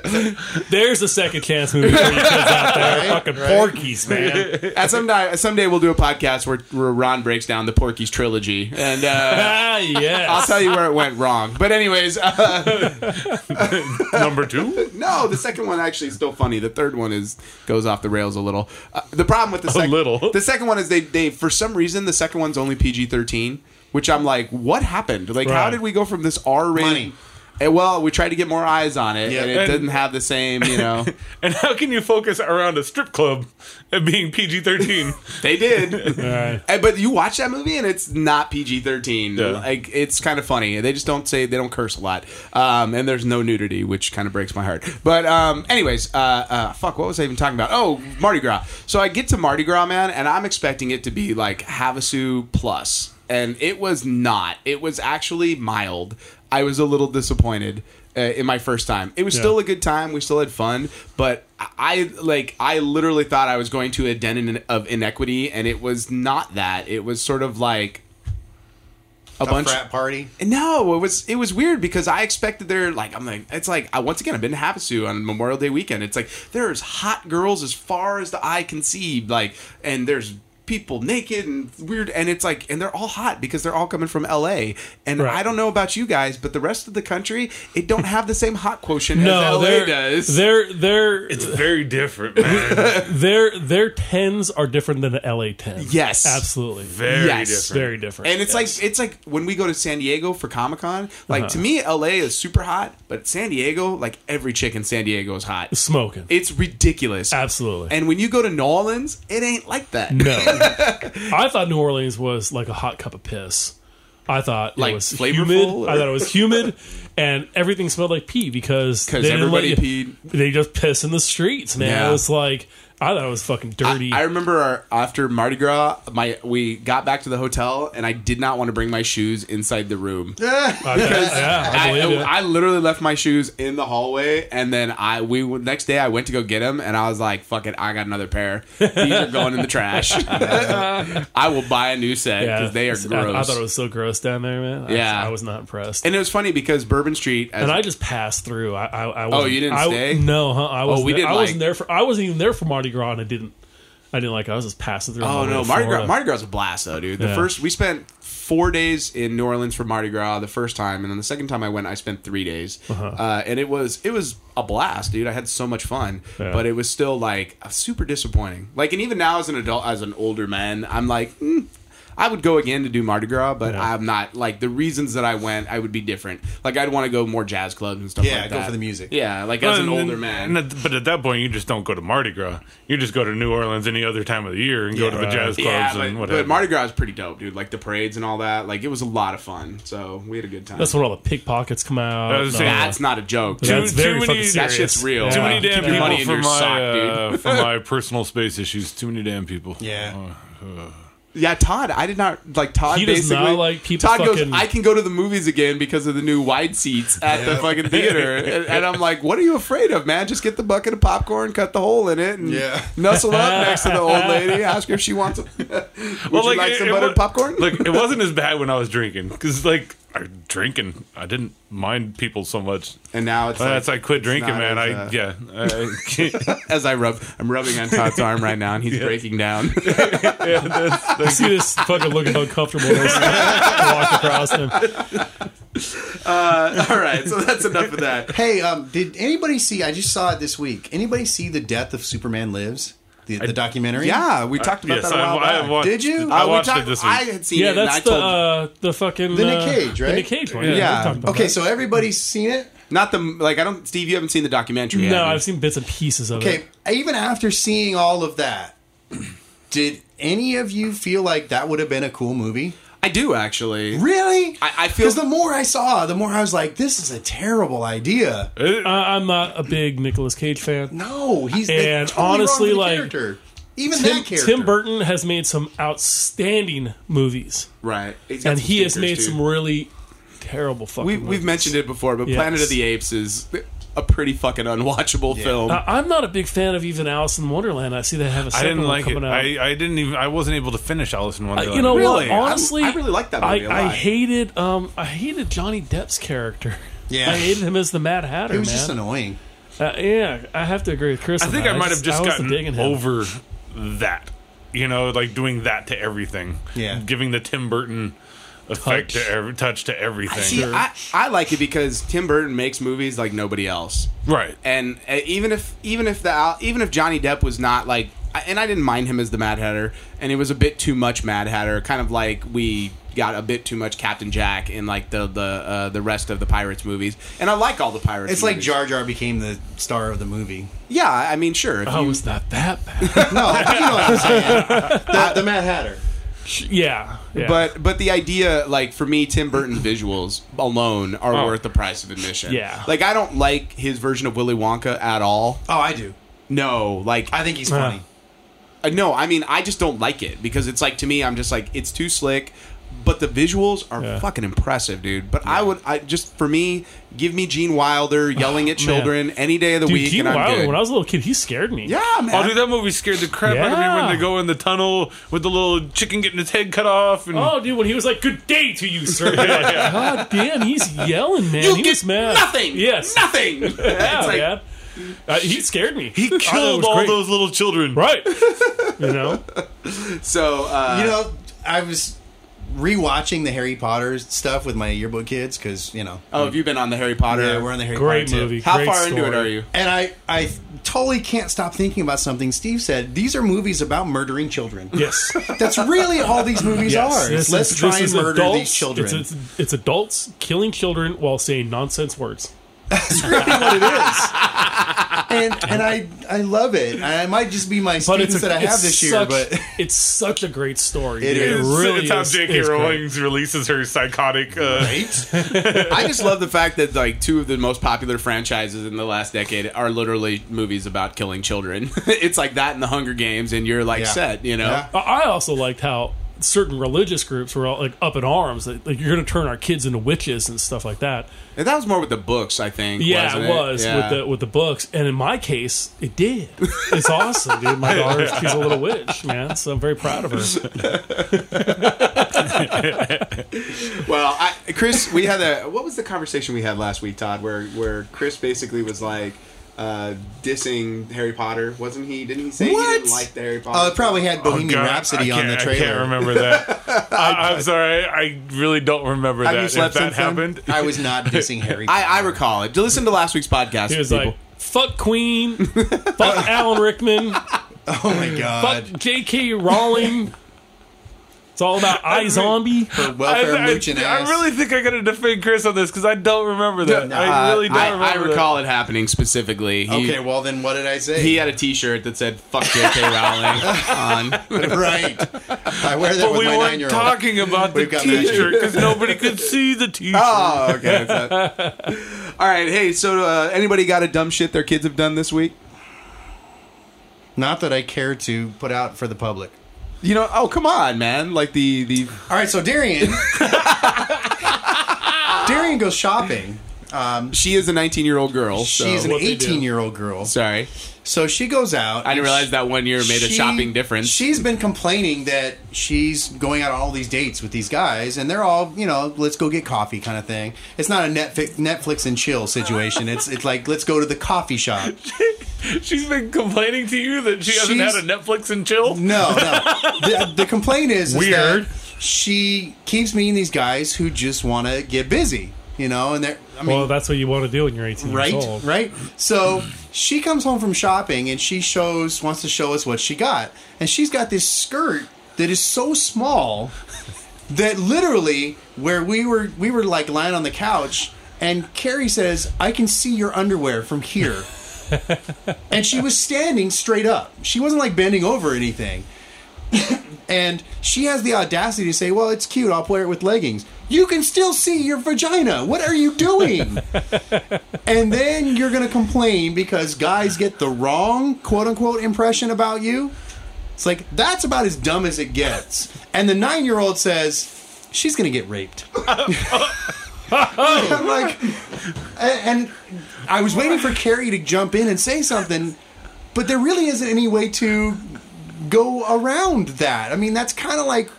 There's a second chance movie for you kids out there. fucking porkies, man. at someday, someday we'll do a podcast where, where Ron breaks down the Porky's trilogy, and uh, Ah, I'll yes. tell you where it went wrong. But anyways, uh, Number two. no, the second one actually is still funny. The third one is goes off the rails a little. Uh, the problem with the second little. the second one is they they for some reason the second one's only PG thirteen, which I'm like, what happened? Like, how Right. did we go from this R rating? Money. Well, we tried to get more eyes on it, Yeah. and it And- didn't have the same. You know, And how can you focus around a strip club and being PG 13? they did. Alright. And- But you watch that movie and it's not PG thirteen. Yeah. Like it's kind of funny. They just don't say they don't curse a lot, um, and there's no nudity, which kind of breaks my heart. But um, anyways, uh, uh, fuck, what was I even talking about? Oh, Mardi Gras. So I get to Mardi Gras, man, and I'm expecting it to be like Havasu plus, and it was not. It was actually mild. I was a little disappointed. Uh, in my first time, it was still a good time. We still had fun, but I- I like I literally thought I was going to a den in- of inequity, and it was not that. It was sort of like a, bunch. frat party. No, it was it was weird because I expected there like I'm like it's like I once again I've been to Havasu on Memorial Day weekend. It's like there's hot girls as far as the eye can see, like and there's people naked and weird and it's like and they're all hot because they're all coming from LA. And Right. I don't know about you guys, but the rest of the country it don't have the same hot quotient as No, LA they're, does. they're they're It's very different, man. their their tens are different than the LA tens. Yes. absolutely. Very Yes. different. Very different. And it's like it's like when we go to San Diego for Comic Con, like Uh-huh. to me LA is super hot, but San Diego, like every chick in San Diego is hot. smoking. It's ridiculous. absolutely. And when you go to New Orleans, it ain't like that. no, I thought New Orleans was like a hot cup of piss. I thought Like it was flavorful, humid. or- I thought it was humid, and everything smelled like pee because 'Cause they didn't let everybody you- They just piss in the streets, man. Yeah. It was like I thought it was fucking dirty. I remember our, after Mardi Gras, my we got back to the hotel, and I did not want to bring my shoes inside the room. I bet- yeah, I I, believe it. I literally left my shoes in the hallway, and then I we next day I went to go get them, and I was like, "Fuck it, I got another pair. These are going in the trash. I will buy a new set Yeah. because they are I- gross." I, thought it was so gross down there, man. I, Yeah. I was not impressed. and it was funny because Bourbon Street, as and I just passed through. I, I, I wasn't- Oh, you didn't I, stay? Oh, No, huh? I was. we didn't I wasn't like- there for. I wasn't even there for Mardi Gras, and I didn't. I didn't like. it. I was just passing through. on Oh my no, way to Mardi Gras! Florida. Mardi Gras is a blast though, dude. The Yeah. first we spent four days in New Orleans for Mardi Gras the first time, and then the second time I went, I spent three days, uh and it was it was a blast, dude. I had so much fun, Yeah. but it was still like super disappointing. Like, and even now as an adult, as an older man, I'm like. Mm, I would go again to do Mardi Gras, but I'm not like the reasons that I went. I would be different. Like I'd want to go more jazz clubs and stuff. Yeah, like go that. for the music. Yeah, like as an And- older man. and at- but at that point, you just don't go to Mardi Gras. You just go to New Orleans any other time of the year and go to the jazz clubs yeah, and but, whatever. but Mardi Gras is pretty dope, dude. Like the parades and all that. Like it was a lot of fun. So we had a good time. That's when all the pickpockets come out. I was saying- That's not a joke. Dude, dude. That's very fucking that serious. shit's real. Too Yeah. many Keep damn your people money in for your my sock, dude. uh, for my personal space issues. Too many damn people. Yeah. Uh, Yeah, Todd. I did not like Todd. He does basically, not like people Todd goes. fucking- I can go to the movies again because of the new wide seats at the fucking theater, and, and I'm like, "What are you afraid of, man? Just get the bucket of popcorn, cut the hole in it, and Yeah. nuzzle up next to the old lady, ask her if she wants. A, would you like, some wa- buttered popcorn? Look, it wasn't as bad when I was drinking because like I drinking, I didn't mind people so much. and now it's That's I quit drinking, not man. I as, uh, yeah. I, like, as I rub, I'm rubbing on Todd's arm right now, and he's breaking down. I see this fucking looking uncomfortable. as I Walk across him. All right, so that's enough of that. Hey, um, did anybody see? I just saw it this week. Anybody see the death of Superman Lives? The, the documentary. Yeah, we talked about yes, that a I, while I back. watched. Did you? I Uh, we watched talked- it this I week. had seen Yeah, it. and I that's the told uh, the fucking The Nick uh, Cage, right? The Nick Cage one. Yeah. Yeah. we Yeah. talked about Okay, that. so everybody's seen it. Not the like. I don't. Steve, you haven't seen the documentary. no, have you? I've seen bits and pieces of Okay, it. even after seeing all of that, did any of you feel like that would have been a cool movie? I do actually. Really? I, I feel Because the more I saw, the more I was like, "This is a terrible idea." Uh, I'm not a big Nicolas Cage fan. No, he's they And totally wrong honestly, with the like, character. even Tim, that character. Tim Burton has made some outstanding movies, right, He's got and some he has stinkers, made too. some really terrible fucking. We, movies. we've mentioned it before, but Yes. Uh, Planet of the Apes is a pretty fucking unwatchable film. I- I'm not a big fan of even Alice in Wonderland. I see they have a I second didn't one like it. coming out. I, I didn't even. I wasn't able to finish Alice in Uh, Wonderland. you know Really? what? Honestly, I- I really liked that movie a I, I lot. hated, um, I hated Johnny Depp's character. Yeah. I hated him as the Mad Hatter. It was man. just annoying. Uh, yeah, I have to agree with Chris. I on think that. I might have just I wasn't digging gotten him. over that. You know, like doing that to everything. Yeah. Giving the Tim Burton effect Touch. to every touch to everything. See, I, I like it because Tim Burton makes movies like nobody else. right. And uh, even if even if the Al- even if Johnny Depp was not like, I- and I didn't mind him as the Mad Hatter, and it was a bit too much Mad Hatter, kind of like we got a bit too much Captain Jack in like the the uh, the rest of the Pirates movies. And I like all the Pirates. It's like movies. Jar Jar became the star of the movie. Yeah, I mean, sure. If I you- was not that bad. No, you know what I'm saying. The, the Mad Hatter. yeah, yeah. But but the idea, like for me, Tim Burton's visuals alone are Oh. worth the price of admission. Yeah. Like I don't like his version of Willy Wonka at all. Oh, I do. No, like I think he's Uh-huh. funny. uh, no, I mean I just don't like it because it's like to me I'm just like it's too slick. But the visuals are Yeah. fucking impressive, dude. But I would I just for me, give me Gene Wilder yelling at children any day of the dude, week. Gene and I'm Wilder, good. when I was a little kid, he scared me. yeah, man. Oh, dude, that movie scared the crap out of me Yeah. when they go in the tunnel with the little chicken getting its head cut off. And Oh, dude, when he was like, "Good day to you, sir." You're like, God damn, he's yelling, man. you he get was mad. nothing. Yes. nothing. Yeah, it's like, man. Uh, he scared me. he killed all those little children. Right. you know. So uh, you know, I was rewatching the Harry Potter stuff with my yearbook kids because you know, oh, have you been on the Harry Potter? yeah, we're on the Harry Great Potter tip. movie. How Great far into it story. are you? And I, I totally can't stop thinking about something Steve said. These are movies about murdering children. Yes. That's really all these movies yes. are. This Let's is- try this and is murder adults, these children. It's, it's, it's adults killing children while saying nonsense words. That's really what it is. And and I I love it. And it might just be my But students it's a, that I have it's this year, such, but it's such a great story. It dude. is. It's, really it's how is- J.K. is great. Rowling releases her psychotic. Uh, I just love the fact that like two of the most popular franchises in the last decade are literally movies about killing children. it's like that in the Hunger Games, and you're like Yeah. set, you know. Yeah. I I also liked how certain religious groups were all like up in arms that like you're going to turn our kids into witches and stuff like that. And that was more with the books, I think. Yeah, wasn't it was Yeah. with the with the books, and in my case, it did. It's awesome, dude. My daughter, she's a little witch, man. So I'm very proud of her. well, I, Chris, we had a what was the conversation we had last week, Todd? Where where Chris basically was like uh dissing Harry Potter, wasn't he? Didn't he say he What? didn't like the Harry Potter? oh, it probably had God, Bohemian I Rhapsody on can't- the I can't trailer. remember that. I, I'm sorry. I really don't remember Have that. you slept if that since then? happened, I was not dissing Harry. I, Potter. I recall it. Listen to last week's podcast. He was people. like, "Fuck Queen, fuck Alan Rickman, oh my fuck god! J.K. Rowling." It's all about I Zombie. Welfare I, I- mooching I ass. really think I gotta defend Chris on this because I don't remember that. I uh, really don't Uh, I, remember. I that. recall it happening specifically. He, okay, well then, what did I say? he had a T-shirt that said "Fuck J.K. Rowling" on. right. I wear that But with we my weren't nine-year-old. talking about the We've got that. T-shirt because nobody could see the T-shirt. Oh, okay. that's it. All right. Hey, so uh, anybody got a dumb shit their kids have done this week? Not that I care to put out for the public. You know, oh come on, man! Like the the All right, so Darian. Darian goes shopping. Um, she is a 19 year old girl. so- she's an What they do. 18 year old girl. sorry. So she goes out. I and didn't realize that one year made a she- shopping difference. She's been complaining that she's going out on all these dates with these guys, and they're all, you know, let's go get coffee kind of thing. It's not a Netflix, Netflix and chill situation. It's it's like let's go to the coffee shop. She's been complaining to you that she hasn't She's- had a Netflix and chill. No, no. the, the complaint is, is Weird. that she keeps meeting these guys who just want to get busy, you know, and they're. I mean, Well, that's what you want to do when you're 18 years right old. right so she comes home from shopping and she shows wants to show us what she got and she's got this skirt that is so small that literally where we were we were like lying on the couch and carrie says i can see your underwear from here and she was standing straight up she wasn't like bending over or anything and she has the audacity to say, "Well, it's cute. I'll wear it with leggings." You can still see your vagina. What are you doing? and then you're going to complain because guys get the wrong quote unquote impression about you. It's like that's about as dumb as it gets. And the nine year old says. She's gonna get raped. I'm like, and and I was waiting for Carrie to jump in and say something, but there really isn't any way to go around that. I mean, that's kind of like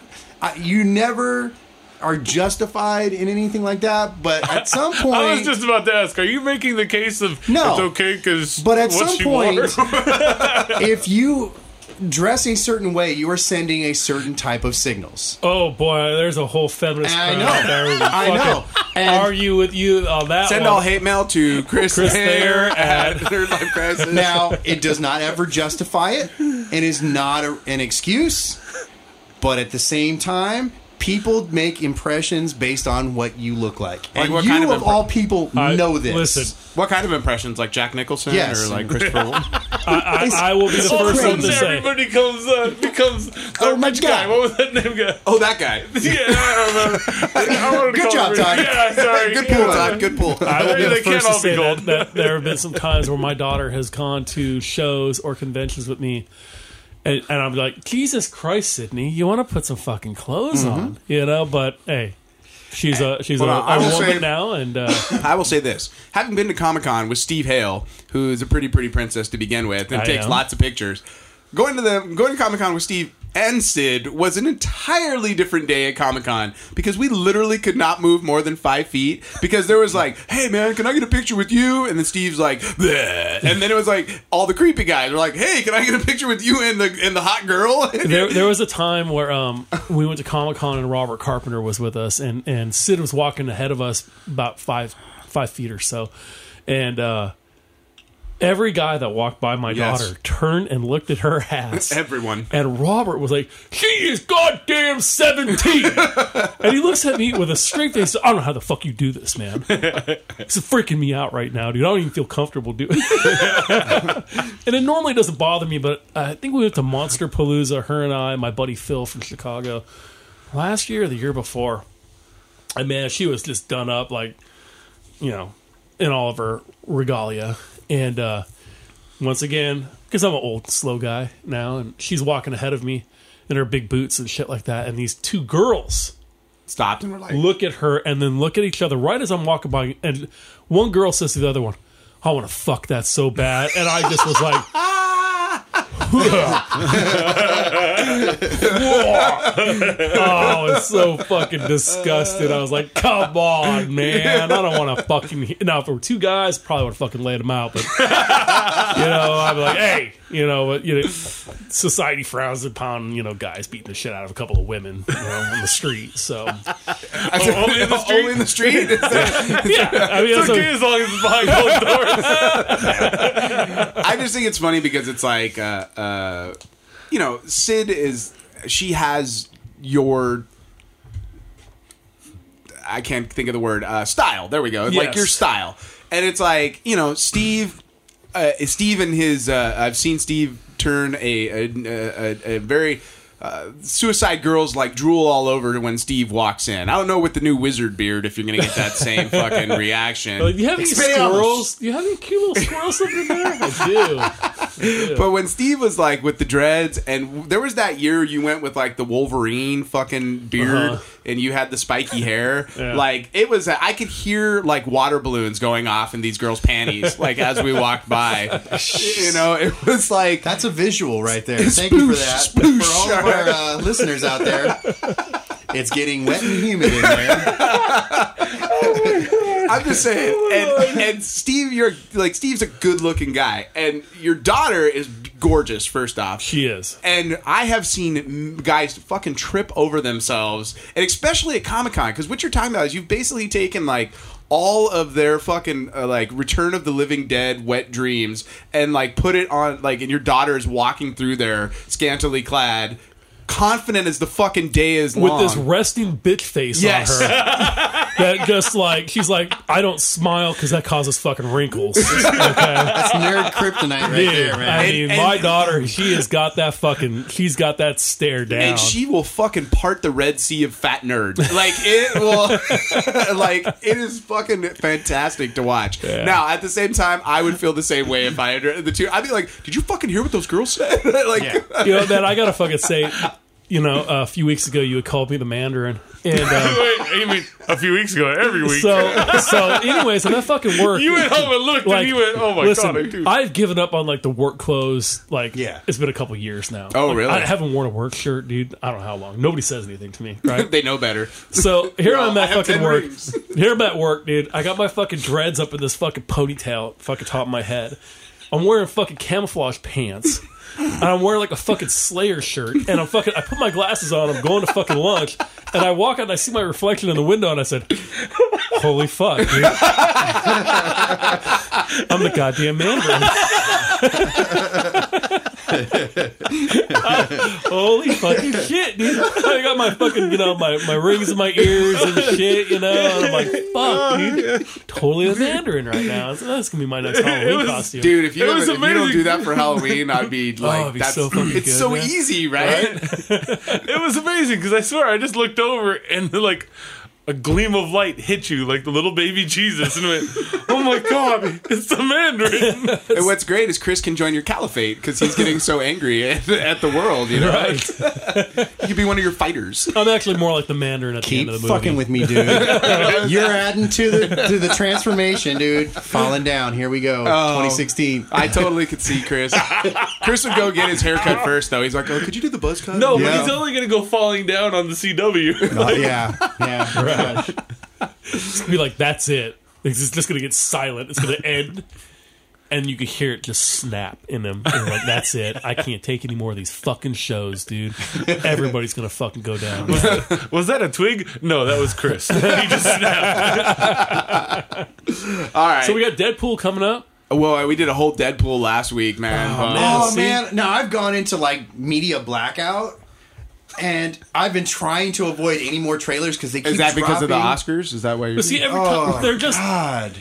I you never are justified in anything like that. But at some point, I was just about to ask: Are you making the case of No. it's okay because But at what some she point, wore? if you dress a certain way, you are sending a certain type of signals. Oh boy, there's a whole feminist. I crowd know. out there who would I fucking know. And- argue with you on that. Send one. all hate mail to Chris, Chris Thayer Thayer at at- Third Life Crisis. Now, it does not ever justify it and is not a, an excuse, but at the same time, people make impressions based on what you look like. And what you, kind of, of impre- all people, Uh, I- know this. Listen, What kind of impressions? Like Jack Nicholson Yes. or like Christopher Wolf? I, I will be the so first one to crazy. say. everybody comes uh, becomes that Oh my rich guy. God. What was that name? Guy? oh, that guy. Yeah, I don't remember. I wanted to Good call job, him- Todd. Yeah, sorry. Good pull, Todd. Good pull. I will be They the can't first to all be say gold. that, that there have been some times where my daughter has gone to shows or conventions with me, and, and I'm like, Jesus Christ, Sydney, you want to put some fucking clothes on, you know? But hey, she's a she's Mm-hmm. Well, a, I a will woman say- now, and uh, I will say this: having been to Comic Con with Steve Hale, who's a pretty pretty princess to begin with, and I takes am. lots of pictures, going to the going to Comic Con with Steve and Sid was an entirely different day at Comic Con because we literally could not move more than five feet because there was like, "Hey man, can I get a picture with you?" And then Steve's like, "Bleh." and then it was like all the creepy guys were like, "Hey, can I get a picture with you and the and the hot girl?" there, there was a time where um, we went to Comic Con and Robert Carpenter was with us, and, and Sid was walking ahead of us about five five feet or so, and uh, every guy that walked by my Yes. daughter turned and looked at her ass. Everyone. And Robert was like, "She is goddamn 17. and he looks at me with a straight face. I don't know how the fuck you do this, man. It's freaking me out right now, dude. I don't even feel comfortable doing. And it normally doesn't bother me, but I think we went to Monster Palooza, her and I, my buddy Phil from Chicago, last year or the year before. And man, she was just done up, like, you know, in all of her regalia. And uh, once again, because I'm an old, slow guy now, and she's walking ahead of me in her big boots and shit like that. And these two girls Stopped and were like, look at her and then look at each other right as I'm walking by. And one girl says to the other one, I want to fuck that so bad. And I just was like, oh, it's so fucking disgusted. I was like, come on, man. I don't want to fucking. Now, if it were two guys, probably would have fucking laid them out. But, you know, I'd be like, hey, you know, but, you know, society frowns upon, you know, guys beating the shit out of a couple of women you know, on the street. So, Only in the street. "Only in the street." yeah. I mean, It's that's a- okay as long as it's behind closed doors. I just think it's funny because it's like, uh, uh, you know, Sid is she has your I can't think of the word uh, style. There we go. Like Yes. your style, and it's like you know Steve, uh, Steve and his. Uh, I've seen Steve turn a a, a, a very. Uh, suicide girls like drool all over when Steve walks in. I don't know with the new wizard beard if you're gonna get that same fucking reaction. Like, do you have any Expelliarmus. squirrels? Do you have any cute little squirrels up in there? I But when Steve was like with the dreads, and w- there was that year you went with like the Wolverine fucking beard, Uh-huh. and you had the spiky hair. Yeah. Like it was, I could hear like water balloons going off in these girls' panties, like as we walked by. you know, it was like That's a visual right there. Thank you for that. Spoosh, For all of our uh, listeners out there, it's getting wet and humid in there. I'm just saying. And, and Steve, you're like Steve's a good-looking guy, and your daughter is gorgeous. First off, do. She is. And I have seen m- guys fucking trip over themselves, and especially at Comic Con, because what you're talking about is you've basically taken like all of their fucking uh, like Return of the Living Dead wet dreams and like put it on like, and your daughter is walking through there scantily clad, confident as the fucking day is With long. this resting bitch face Yes. on her. That just like, she's like, I don't smile because that causes fucking wrinkles. That's nerd kryptonite right there, man. I And- mean, and- my daughter, she has got that fucking, she's got that stare down. and she will fucking part the Red Sea of fat nerd. Like it will, like it is fucking fantastic to watch. Now, at the same time, I would feel the same way if I had the two. I'd be like, "Did you fucking hear what those girls said?" like, you know, man, I gotta fucking say, you know, a few weeks ago you had called me the Mandarin, and um, Wait, you mean a few weeks ago? Every week. so so. Anyways, and that fucking work. you went home and looked, like, and you went, "Oh my listen, god, I do." I've given up on like the work clothes. Like, Yeah. it's been a couple years now. Oh, Like, really? I haven't worn a work shirt, dude. I don't know how long. Nobody says anything to me, right? they know better. So here I'm I at have fucking 10 work. rings. Here I'm at work, dude. I got my fucking dreads up in this fucking ponytail, fucking top of my head. I'm wearing fucking camouflage pants. And I'm wearing like a fucking Slayer shirt, and I'm fucking. I put my glasses on. I'm going to fucking lunch, and I walk out and I see my reflection in the window, and I said, "Holy fuck, dude! I'm the goddamn Mandarin." Holy fucking shit, dude. I got my fucking, you know, my, my rings in my ears and shit, you know. And I'm like, fuck, dude. Totally a Mandarin right now. So that's going to be my next Halloween costume. Dude, if you, It don't, was if you don't amazing. do that for Halloween, I'd be like, Oh, it'd be "That's so fucking it's good, so man. easy, right?" it was amazing because I swear I just looked over and like a gleam of light hit you like the little baby Jesus and went, "Oh my god, it's the Mandarin!" and what's great is Chris can join your caliphate because he's getting so angry at, at the world. You know, Right. he could be one of your fighters. I'm actually more like the Mandarin at the Keep end of the movie. fucking with me, dude. You're adding to the to the transformation, dude. Falling down. Here we go. 2016. I totally could see Chris. Chris would go get his haircut first, though. He's like, "Oh, could you do the buzz cut?" No, Yeah. but he's only gonna go falling down on the CW. Uh, yeah, yeah. gosh. It's gonna be like, that's it. It's just, going to get silent. It's going to end. And you could hear it just snap in them. And like, that's it. I can't take any more of these fucking shows, dude. Everybody's going to fucking go down. was that a twig? No, that was Chris. he just snapped. All right. So we got Deadpool coming up. Well, we did a whole Deadpool last week, man. Uh, man. Oh see? man, now I've gone into like media blackout, and I've been trying to avoid any more trailers because they keep Is that because of the dropping. Oscars? Is that why you're? See, every time they're just Oh, God.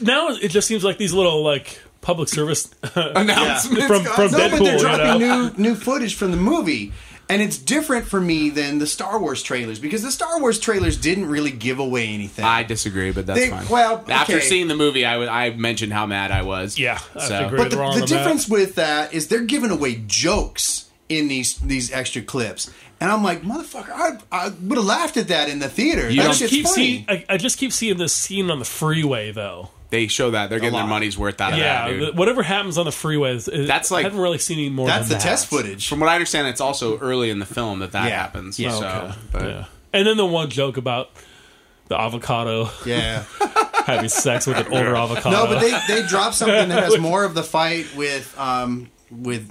now it just seems like these little like public service announcements From- from No, but Deadpool, they're you dropping new new footage from the movie. And it's different for me than the Star Wars trailers because the Star Wars trailers didn't really give away anything. I disagree, but that's They- fine. well, after okay. seeing the movie, I w- I mentioned how mad I was. Yeah, I so. agree. but the, wrong the on that. difference with that is they're giving away jokes in these these extra clips, and I'm like, motherfucker, I, I would have laughed at that in the theater. don't that I shit's keep funny. seeing I, I just keep seeing this scene on the freeway though. they show that they're getting their lot. money's worth out of Yeah, that. Dude. th- whatever happens on the freeway is, is- That's like- I haven't really seen any more. That's the than that. test footage. from what I understand, it's also early in the film that that Yeah. happens. Yeah. so, Oh, Okay. but- Yeah. And then the one joke about the avocado Yeah. having sex with an older avocado. No, but they, they dropped something that has more of the fight with um with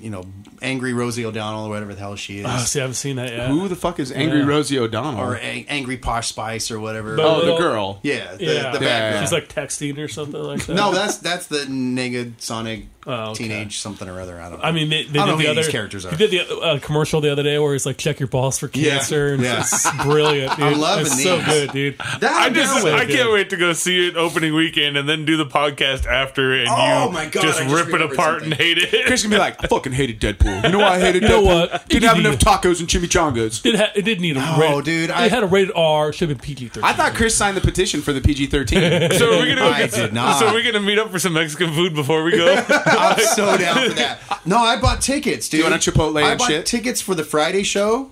you know, angry Rosie O'Donnell or whatever the hell she is, Oh, see, I haven't seen that yet. Who the fuck is Angry Yeah. Rosie O'Donnell? or ang- angry Posh Spice or whatever. But- oh, the Little- girl. yeah, the, Yeah. the bad Yeah. girl. She's like texting or something like that. no, that's that's the nigga Sonic Oh, okay. teenage something or other. I don't. know. I mean, they, they I did don't know the who other these characters are. He did the uh, commercial the other day where he's like, "Check your balls for Yeah. cancer." And Yeah. It's brilliant. Dude. I'm loving it's so these. good, dude. that I just way I good. can't wait to go see it opening weekend and then do the podcast after and Oh you my God, just I just rip it remembered apart something. and hate it. Chris can be like, I fucking hated Deadpool. You know why I hated know Deadpool? what? Didn't You have do enough tacos and chimichangas. Did ha- it did need a No, rated, dude, I- it had a rated R. Should have been PG thirteen. I thought Chris signed the petition for the PG thirteen. So are we gonna I did not. So we're gonna meet up for some Mexican food before we go. I'm so down for that. No, I bought tickets, dude. You went on Chipotle I and bought shit? tickets for the Friday show,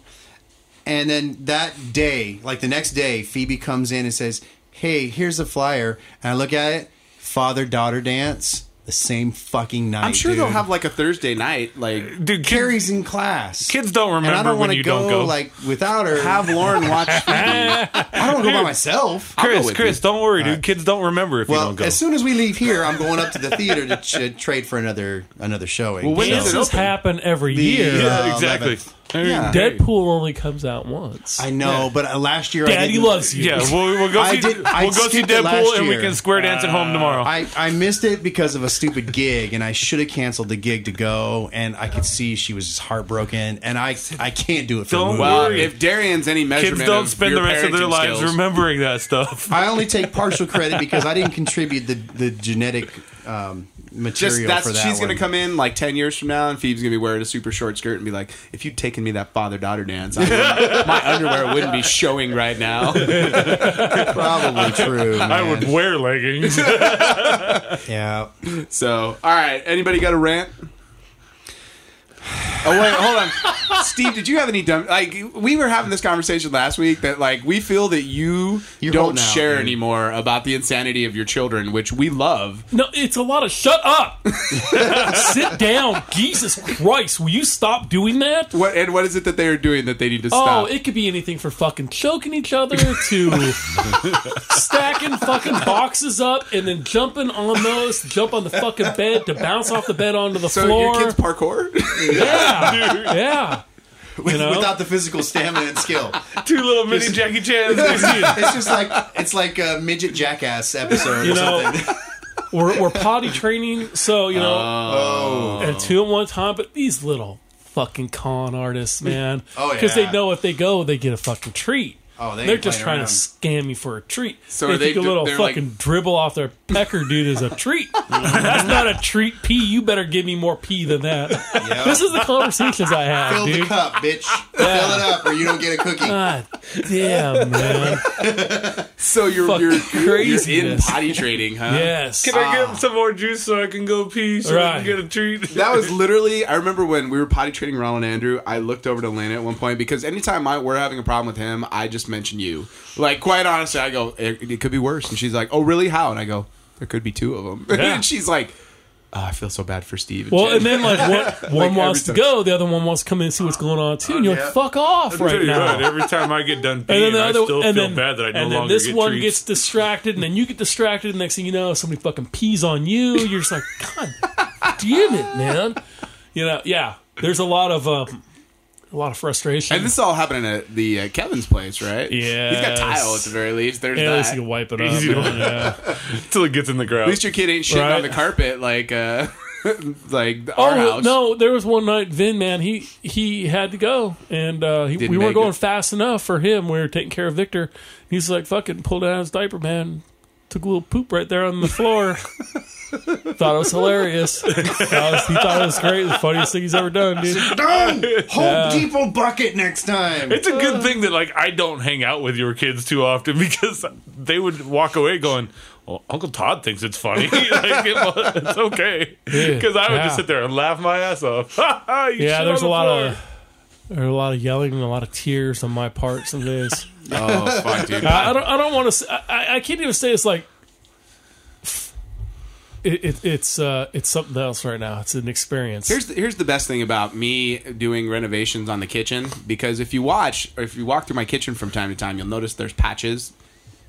and then that day, like the next day, Phoebe comes in and says, "Hey, here's a flyer," and I look at it, father daughter dance. The same fucking night. I'm sure dude. they'll have like a Thursday night. Like Dude, kids, Carrie's in class. kids don't and I remember don't when want to you go, don't go. like without her. have Lauren watch. I don't want to go by myself. go Chris, with Chris, you. don't worry, dude. Kids don't remember if you Well, don't go. as soon as we leave here, I'm going up to the theater to ch- trade for another another showing. Well, when So- is this it has open? happened every year. uh, yeah, exactly. Yeah. Deadpool only comes out once. I know, but uh, last year I Daddy didn't- loves you. Yeah, we'll, we'll go I see. did- I we'll go see skipped it last Deadpool, and we year. can square dance at Uh, home tomorrow. I, I missed it because of a stupid gig, and I should have canceled the gig to go. And I could see she was just heartbroken, and I I can't do it for a Don't movie. worry. Well, if Darian's any measurement, kids don't of spend your the rest of their parenting lives skills- remembering that stuff. I only take partial credit because I didn't contribute the the genetic um, material Just that's for that. she's gonna one. come in like ten years from now, and Phoebe's gonna be wearing a super short skirt and be like, "If you'd taken me that father daughter dance, I wouldn't- my underwear wouldn't be showing right now." Probably true. I man. would wear leggings. Yeah. So, all right, anybody got a rant? Oh wait, hold on, Steve. Did you have any dumb? Like we were having this conversation last week that like we feel that you You're don't holding out, share dude. anymore about the insanity of your children, which we love. No, it's a lot of shut up. Sit down, Jesus Christ! Will you stop doing that? What and what is it that they are doing that they need to Oh, stop? it could be anything for fucking choking each other to stacking fucking boxes up and then jumping on those, jump on the fucking bed to bounce off the bed onto the so floor. your kids parkour? yeah, yeah. With, know? Without the physical stamina and skill, Two little mini Jackie Chans. next to you. it's just like it's like a midget jackass episode. You or something. know, we're, we're potty training, so you know, Oh. and two at one time. But these little fucking con artists, man, Oh, because yeah. they know if they go, they get a fucking treat. Oh, they are ain't just trying playing to scam you for a treat. So they, are they think a do- little they're fucking like- dribble off their pecker, dude, is a treat. That's not a treat. Pee, you better give me more pee than that. Yeah. This is the conversations I have, Fill dude. the cup, bitch. Fill it up, or you don't get a cookie. God damn, man. so you're you're, Fucking you're, you're in craziness. potty training, huh? Yes. Can I get some more juice so I can go pee so I Ah. Right. can get a treat? That was literally. I remember when we were potty training Ron and Andrew. I looked over to Lana at one point because anytime I, we're having a problem with him, I just mention you. Like quite honestly, I go, it, it could be worse, and she's like, "Oh, really? How?" And I go, "There could be two of them." Yeah. and she's like, oh, "I feel so bad for Steve." and Well, Jen." and then like one, one every wants to time. go, the other one wants to come in and see what's going on too, and you're yeah. like, "Fuck off!" I'll tell Right you now. what, every time I get done And then peeing, the other, I still and feel then, bad that I no and then longer this get one treats. gets distracted, and then you get distracted. And next thing you know, somebody fucking pees on you. You're just like, God damn it, man! You know, yeah. There's a lot of um, a lot of frustration. And this is all happening at the uh, Kevin's place, right? Yes. he's got tile at the very least. There's yeah, at least that. you can wipe it up. Easy to- yeah. till it gets in the ground. At least your kid ain't shitting Right. on the carpet like uh, like our Oh house. no, there was one night Vin man he he had to go and uh, he, Didn't we weren't make going it. fast enough for him. We were taking care of Victor. He's like fucking pulled out his diaper man, took a little poop right there on the floor. thought it was hilarious. Thought it was- he thought it was great. The funniest thing he's ever done, dude. Don't Home Depot bucket next time. It's a good thing that like I don't hang out with your kids too often because they would walk away going, "Well, Uncle Todd thinks it's funny. like, it was- it's okay." Because I would yeah. just sit there and laugh my ass off. yeah, Yeah, there's a lot of. There are a lot of yelling and a lot of tears on my part some days. Oh fuck, dude. I, I don't. I don't want to. I, I can't even say it's like. It, it, it's uh, it's something else right now. It's an experience. Here's the, here's the best thing about me doing renovations on the kitchen because if you watch or if you walk through my kitchen from time to time, you'll notice there's patches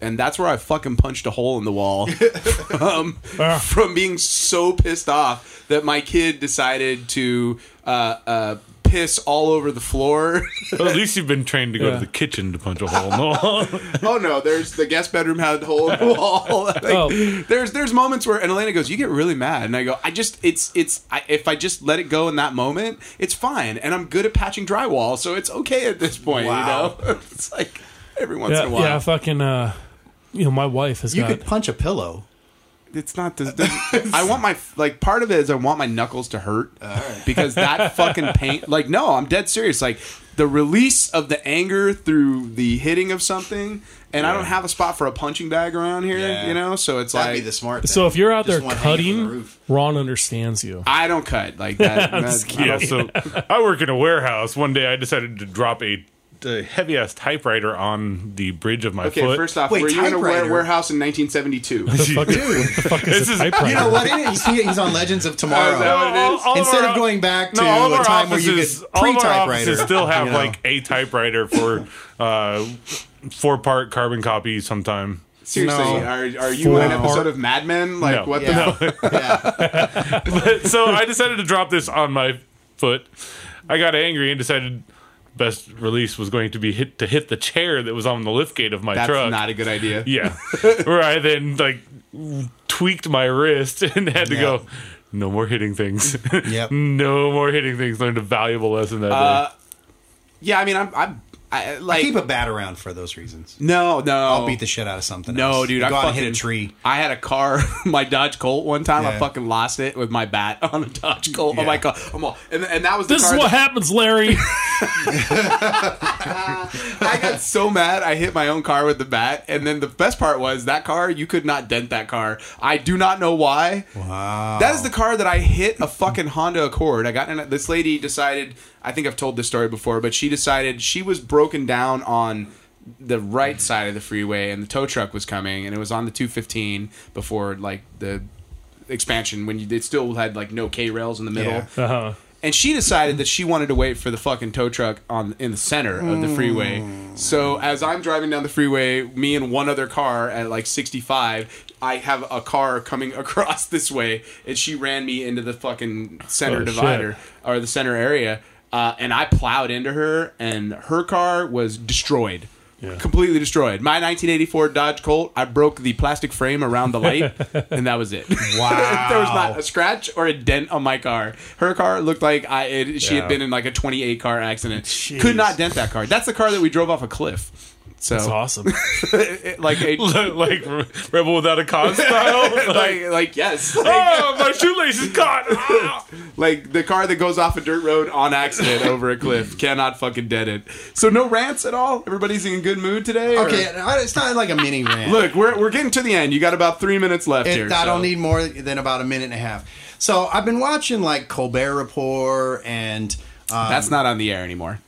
and that's where I fucking punched a hole in the wall from, from being so pissed off that my kid decided to uh, uh, piss all over the floor. Well, at least you've been trained to go Yeah. to the kitchen to punch a hole in the wall. oh no, there's the guest bedroom had a hole in the wall. Like, Oh. There's there's moments where and Elena goes, you get really mad, and I go, I just it's it's I, if I just let it go in that moment, it's fine, and I'm good at patching drywall, so it's okay at this point. Wow. You know, it's like every once Yeah, in a while, yeah, fucking. Uh, you know, my wife has You got. could punch a pillow. it's not. This, this- I want my like part of it is I want my knuckles to hurt uh, because that fucking pain. Like no, I'm dead serious. Like the release of the anger through the hitting of something, and I don't have a spot for a punching bag around here. Yeah. You know, so it's That'd like be the smart. Thing. so if you're out Just there one hanging from the cutting, roof. Ron understands you. I don't cut like that. that- I don't- yeah, so I work in a warehouse. One day I decided to drop a, a heavy ass typewriter on the bridge of my okay, foot. first off, Wait, were you in a ware- typewriter? warehouse in 1972? Fuck, what the fuck is This a is- typewriter? you know what? It is. You see, it, he's on Legends of Tomorrow. Oh, no. All- all Instead our- of going back to no, all of a our time where you could offices- all of our pre-typewriter, offices still have you know. like a typewriter for uh, four part carbon copy sometime. Seriously, No. are, are you on an Four- episode of Mad Men? Like No. what the? yeah, yeah. so I decided to drop this on my foot. I got angry and decided best release was going to be hit to hit the chair that was on the lift gate of my That's truck. not a good idea. yeah, where I then like tweaked my wrist and had to go. No more hitting things. Yep. Mm. no more hitting things. Learned a valuable lesson that day. Yeah, I mean, I'm, I'm I, like Keep a bat around for those reasons. no, no. I'll beat the shit out of something. No, else. dude, I Go out fucking and hit a tree. I had a car, my Dodge Colt. One time, I Yeah. fucking lost it with my bat on a Dodge Colt. Oh my god! I'm all, and, and that was the This is car that- what happens, Larry. I got so mad. I hit my own car with the bat, and then the best part was that car. You could not dent that car. I do not know why. Wow. That is the car that I hit a fucking Honda Accord. I got in. A, this lady decided. I think I've told this story before, but she decided she was broken down on the right side of the freeway, and the tow truck was coming, and it was on the 215 before like the expansion when you, it still had like no K rails in the middle. Yeah. Uh-huh. And she decided that she wanted to wait for the fucking tow truck on in the center of the freeway. So as I'm driving down the freeway, me and one other car at like 65, I have a car coming across this way, and she ran me into the fucking center Oh, shit. divider or the center area, uh, and I plowed into her, and her car was destroyed. Completely destroyed. My 1984 Dodge Colt. I broke the plastic frame around the light, and that was it. Wow. there was not a scratch or a dent on my car. Her car looked like I it, she Yeah. had been in like a 28 car accident. Could not dent that car. That's the car that we drove off a cliff. So It's awesome. it- like a, like, like rebel without a cause style. like, like yes, like, oh, my shoelace is caught. Ah! like the car that goes off a dirt road on accident over a cliff cannot fucking dent it. So no rants at all. Everybody's in a good mood today. or- Okay, I- it's not like a mini rant. Look, we're, we're getting to the end. You got about three minutes left It- here. I so- don't need more than about a minute and a half. So I've been watching like Colbert Report and uh, That's not on the air anymore.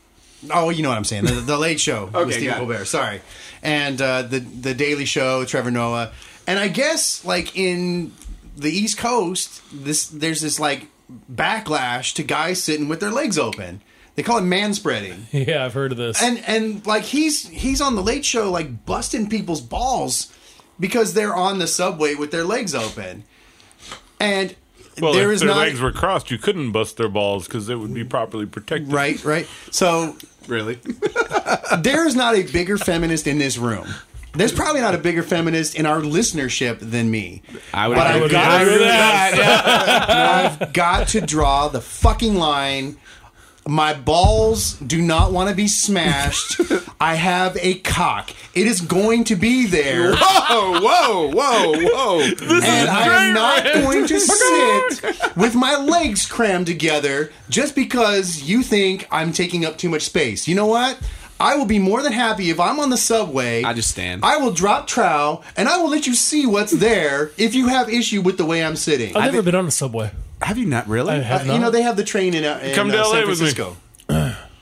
oh, you know what I'm saying, the, the Late Show Okay, with Stephen got it. Colbert. Sorry, and uh, the the Daily Show, Trevor Noah, and I guess like in the East Coast, this there's this like backlash to guys sitting with their legs open. They call it manspreading. yeah, I've heard of this. and and like he's he's on the late show like busting people's balls because they're on the subway with their legs open and Well, there if is their not legs were crossed, you couldn't bust their balls because they would be properly protected. right right so Really? there is not a bigger feminist in this room there's probably not a bigger feminist in our listenership than me I would But I agree. would with agree with that. I've got to draw the fucking line. My balls do not want to be smashed. I have a cock. It is going to be there. Whoa, whoa, whoa, whoa. and I am not going to sit with my legs crammed together just because you think I'm taking up too much space. You know what? I will be more than happy if I'm on the subway. I just stand. I will drop trowel and I will let you see what's there if you have issue with the way I'm sitting. I've never been on a subway. Have you not really? I Uh, Oh, have you not. know they have the train in, uh, in Come to uh, LA San with me. Francisco.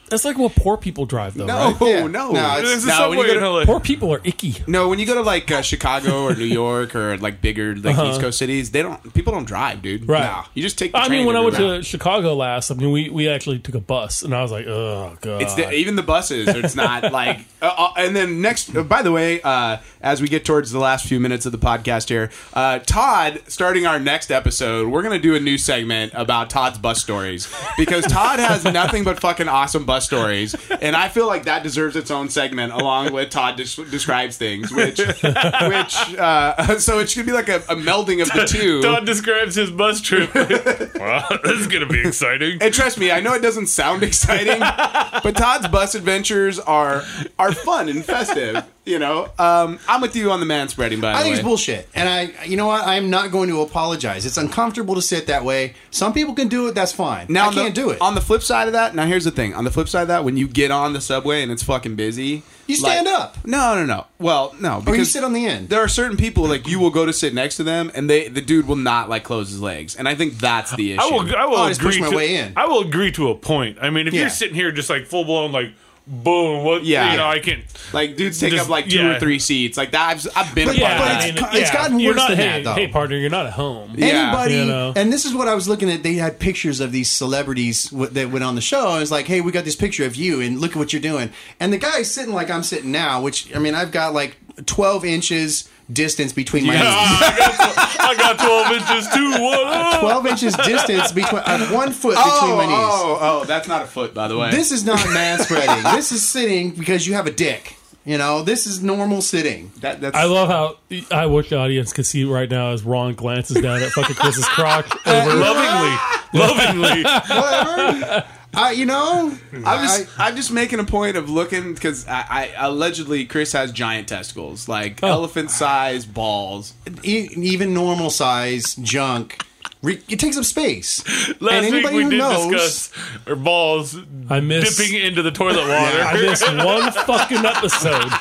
That's like what poor people drive, though. right? Oh Yeah. no, No, it's- There's a no, when you subway go to- in LA. Poor people are icky. no, when you go to like uh, Chicago or New York or like bigger like East Coast cities, they don't people don't drive, dude. Uh-huh. Right. No, you just take. The I mean, train when I went everywhere. to Chicago last, I mean, we, we actually took a bus, and I was like, oh god. It's the, even the buses. It's not like. Uh, uh, and then next, uh, by the way, uh, as we get towards the last few minutes of the podcast here, uh, Todd, starting our next episode, we're gonna do a new segment about Todd's bus stories because Todd has nothing but fucking awesome bus stories, and I feel like that deserves its own segment along with Todd des- describes things, which, which, uh, so it should be like a, a melding of the two. Todd describes his bus trip. wow, this is gonna be exciting. And trust me, I know it doesn't sound exciting, but Todd's bus adventures are are fun and festive. You know, um, I'm with you on the man spreading. By the I think way, it's bullshit. And I, you know what? I'm not going to apologize. It's uncomfortable to sit that way. Some people can do it. That's fine. Now I on the- can't do it. On the flip side of that, now here's the thing. On the flip side of that, when you get on the subway and it's fucking busy, You stand up. No, no, no. Well, no, or because you sit on the end. there are certain people like you will go to sit next to them, and they the dude will not like close his legs, and I think that's the issue. I will. I will I'll Oh, just agree. push my to, way in. I will agree to a point. I mean, if Yeah. you're sitting here just like full blown, like boom, what? Yeah. You know, I can't. like dudes take Just- up like two yeah. or three seats. Like that, I've, I've been. a part yeah, of that. it's- I mean, it's gotten You're worse not- than hey, that, though. Hey, partner, you're not at home. Yeah. Anybody, You know. and this is what I was looking at. They had pictures of these celebrities w- that went on the show. And it's like, hey, we got this picture of you, and look at what you're doing. And the guy's sitting like I'm sitting now, which I mean, I've got like 12 inches distance between my knees. Ah, I, got, I got 12 inches too. What up? 12 inches distance between I have one foot between my knees. Oh, oh, that's not a foot, by the oh. way. This is not man spreading. this is sitting because you have a dick. You know, this is normal sitting. that, that's I love how I wish the audience could see right now as Ron glances down at fucking Chris's crock over. Lovingly, lovingly. Whatever. I, you know, I'm just I'm just making a point of looking because I, I allegedly Chris has giant testicles, like elephant sized balls. e- even normal size junk. Re- it takes up space. Last week anybody we who did knows- discuss our balls I miss. dipping into the toilet water. I missed one fucking episode.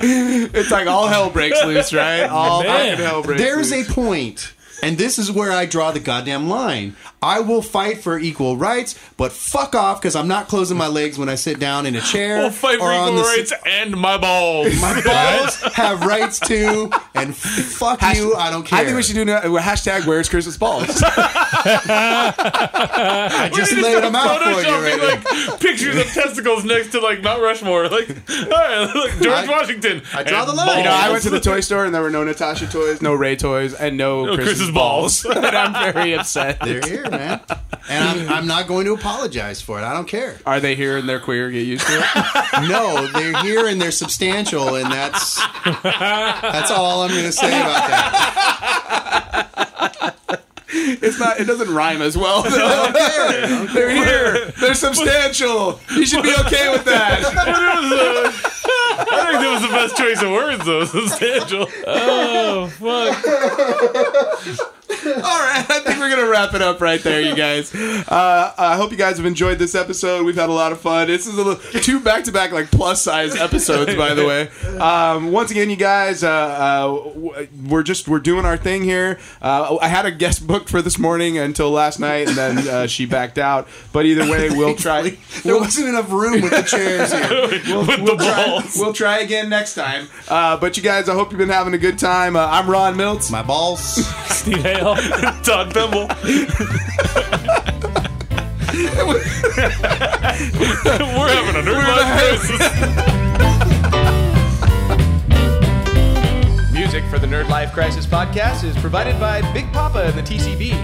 It's like all hell breaks loose, right? All Man. fucking hell breaks There loose. is a point, and this is where I draw the goddamn line. I will fight for equal rights, but fuck off because I'm not closing my legs when I sit down in a chair. We'll fight for or on equal the se- rights and my balls. My balls have rights too, and fuck you. I don't care. I think we should do a hashtag Where's Chris's balls? I just We need to laid them out start for you. Right photoshopping, now. like pictures of testicles next to like Mount Rushmore, like, all right, look, George I- Washington. I draw and the line. You know, I balls. went to the toy store and there were no Natasha toys, no Ray toys, and no, Chris's, Chris's balls. balls. and I'm very upset. They're here, man, and I'm, I'm not going to apologize for it. I don't care. Are they here and they're queer? Get used to it. No, they're here and they're substantial, and that's that's all I'm going to say about that. It's not. It doesn't rhyme as well. though. They're here. They're substantial. You should be okay with that. I think that was the best choice of words, though. Substantial. All right, I think we're gonna wrap it up right there, you guys. Uh, I hope you guys have enjoyed this episode. We've had a lot of fun. This is a little, two back-to-back like plus-size episodes, by the way. Um, once again, you guys, uh, uh, w- we're just we're doing our thing here. Uh, I had a guest booked for this morning until last night, and then uh, she backed out. But either way, we'll try. There wasn't enough room with the chairs here. With the balls. We'll try again next time. Uh, but you guys, I hope you've been having a good time. Uh, I'm Ron Miltz. My balls. Steve Hale. Todd Pimble. We're having a nerd life crisis. Music for the Nerd Life Crisis podcast is provided by Big Papa and the TCB.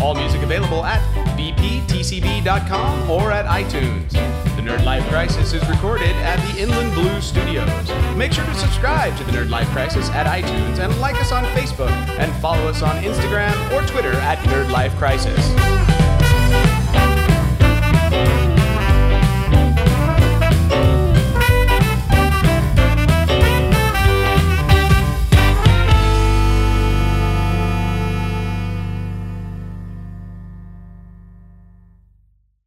All music available at bptcb.com or at iTunes. The Nerd Life Crisis is recorded at the Inland Blue Studios. Make sure to subscribe to the Nerd Life Crisis at iTunes and like us on Facebook and follow us on Instagram or Twitter at Nerd Life Crisis.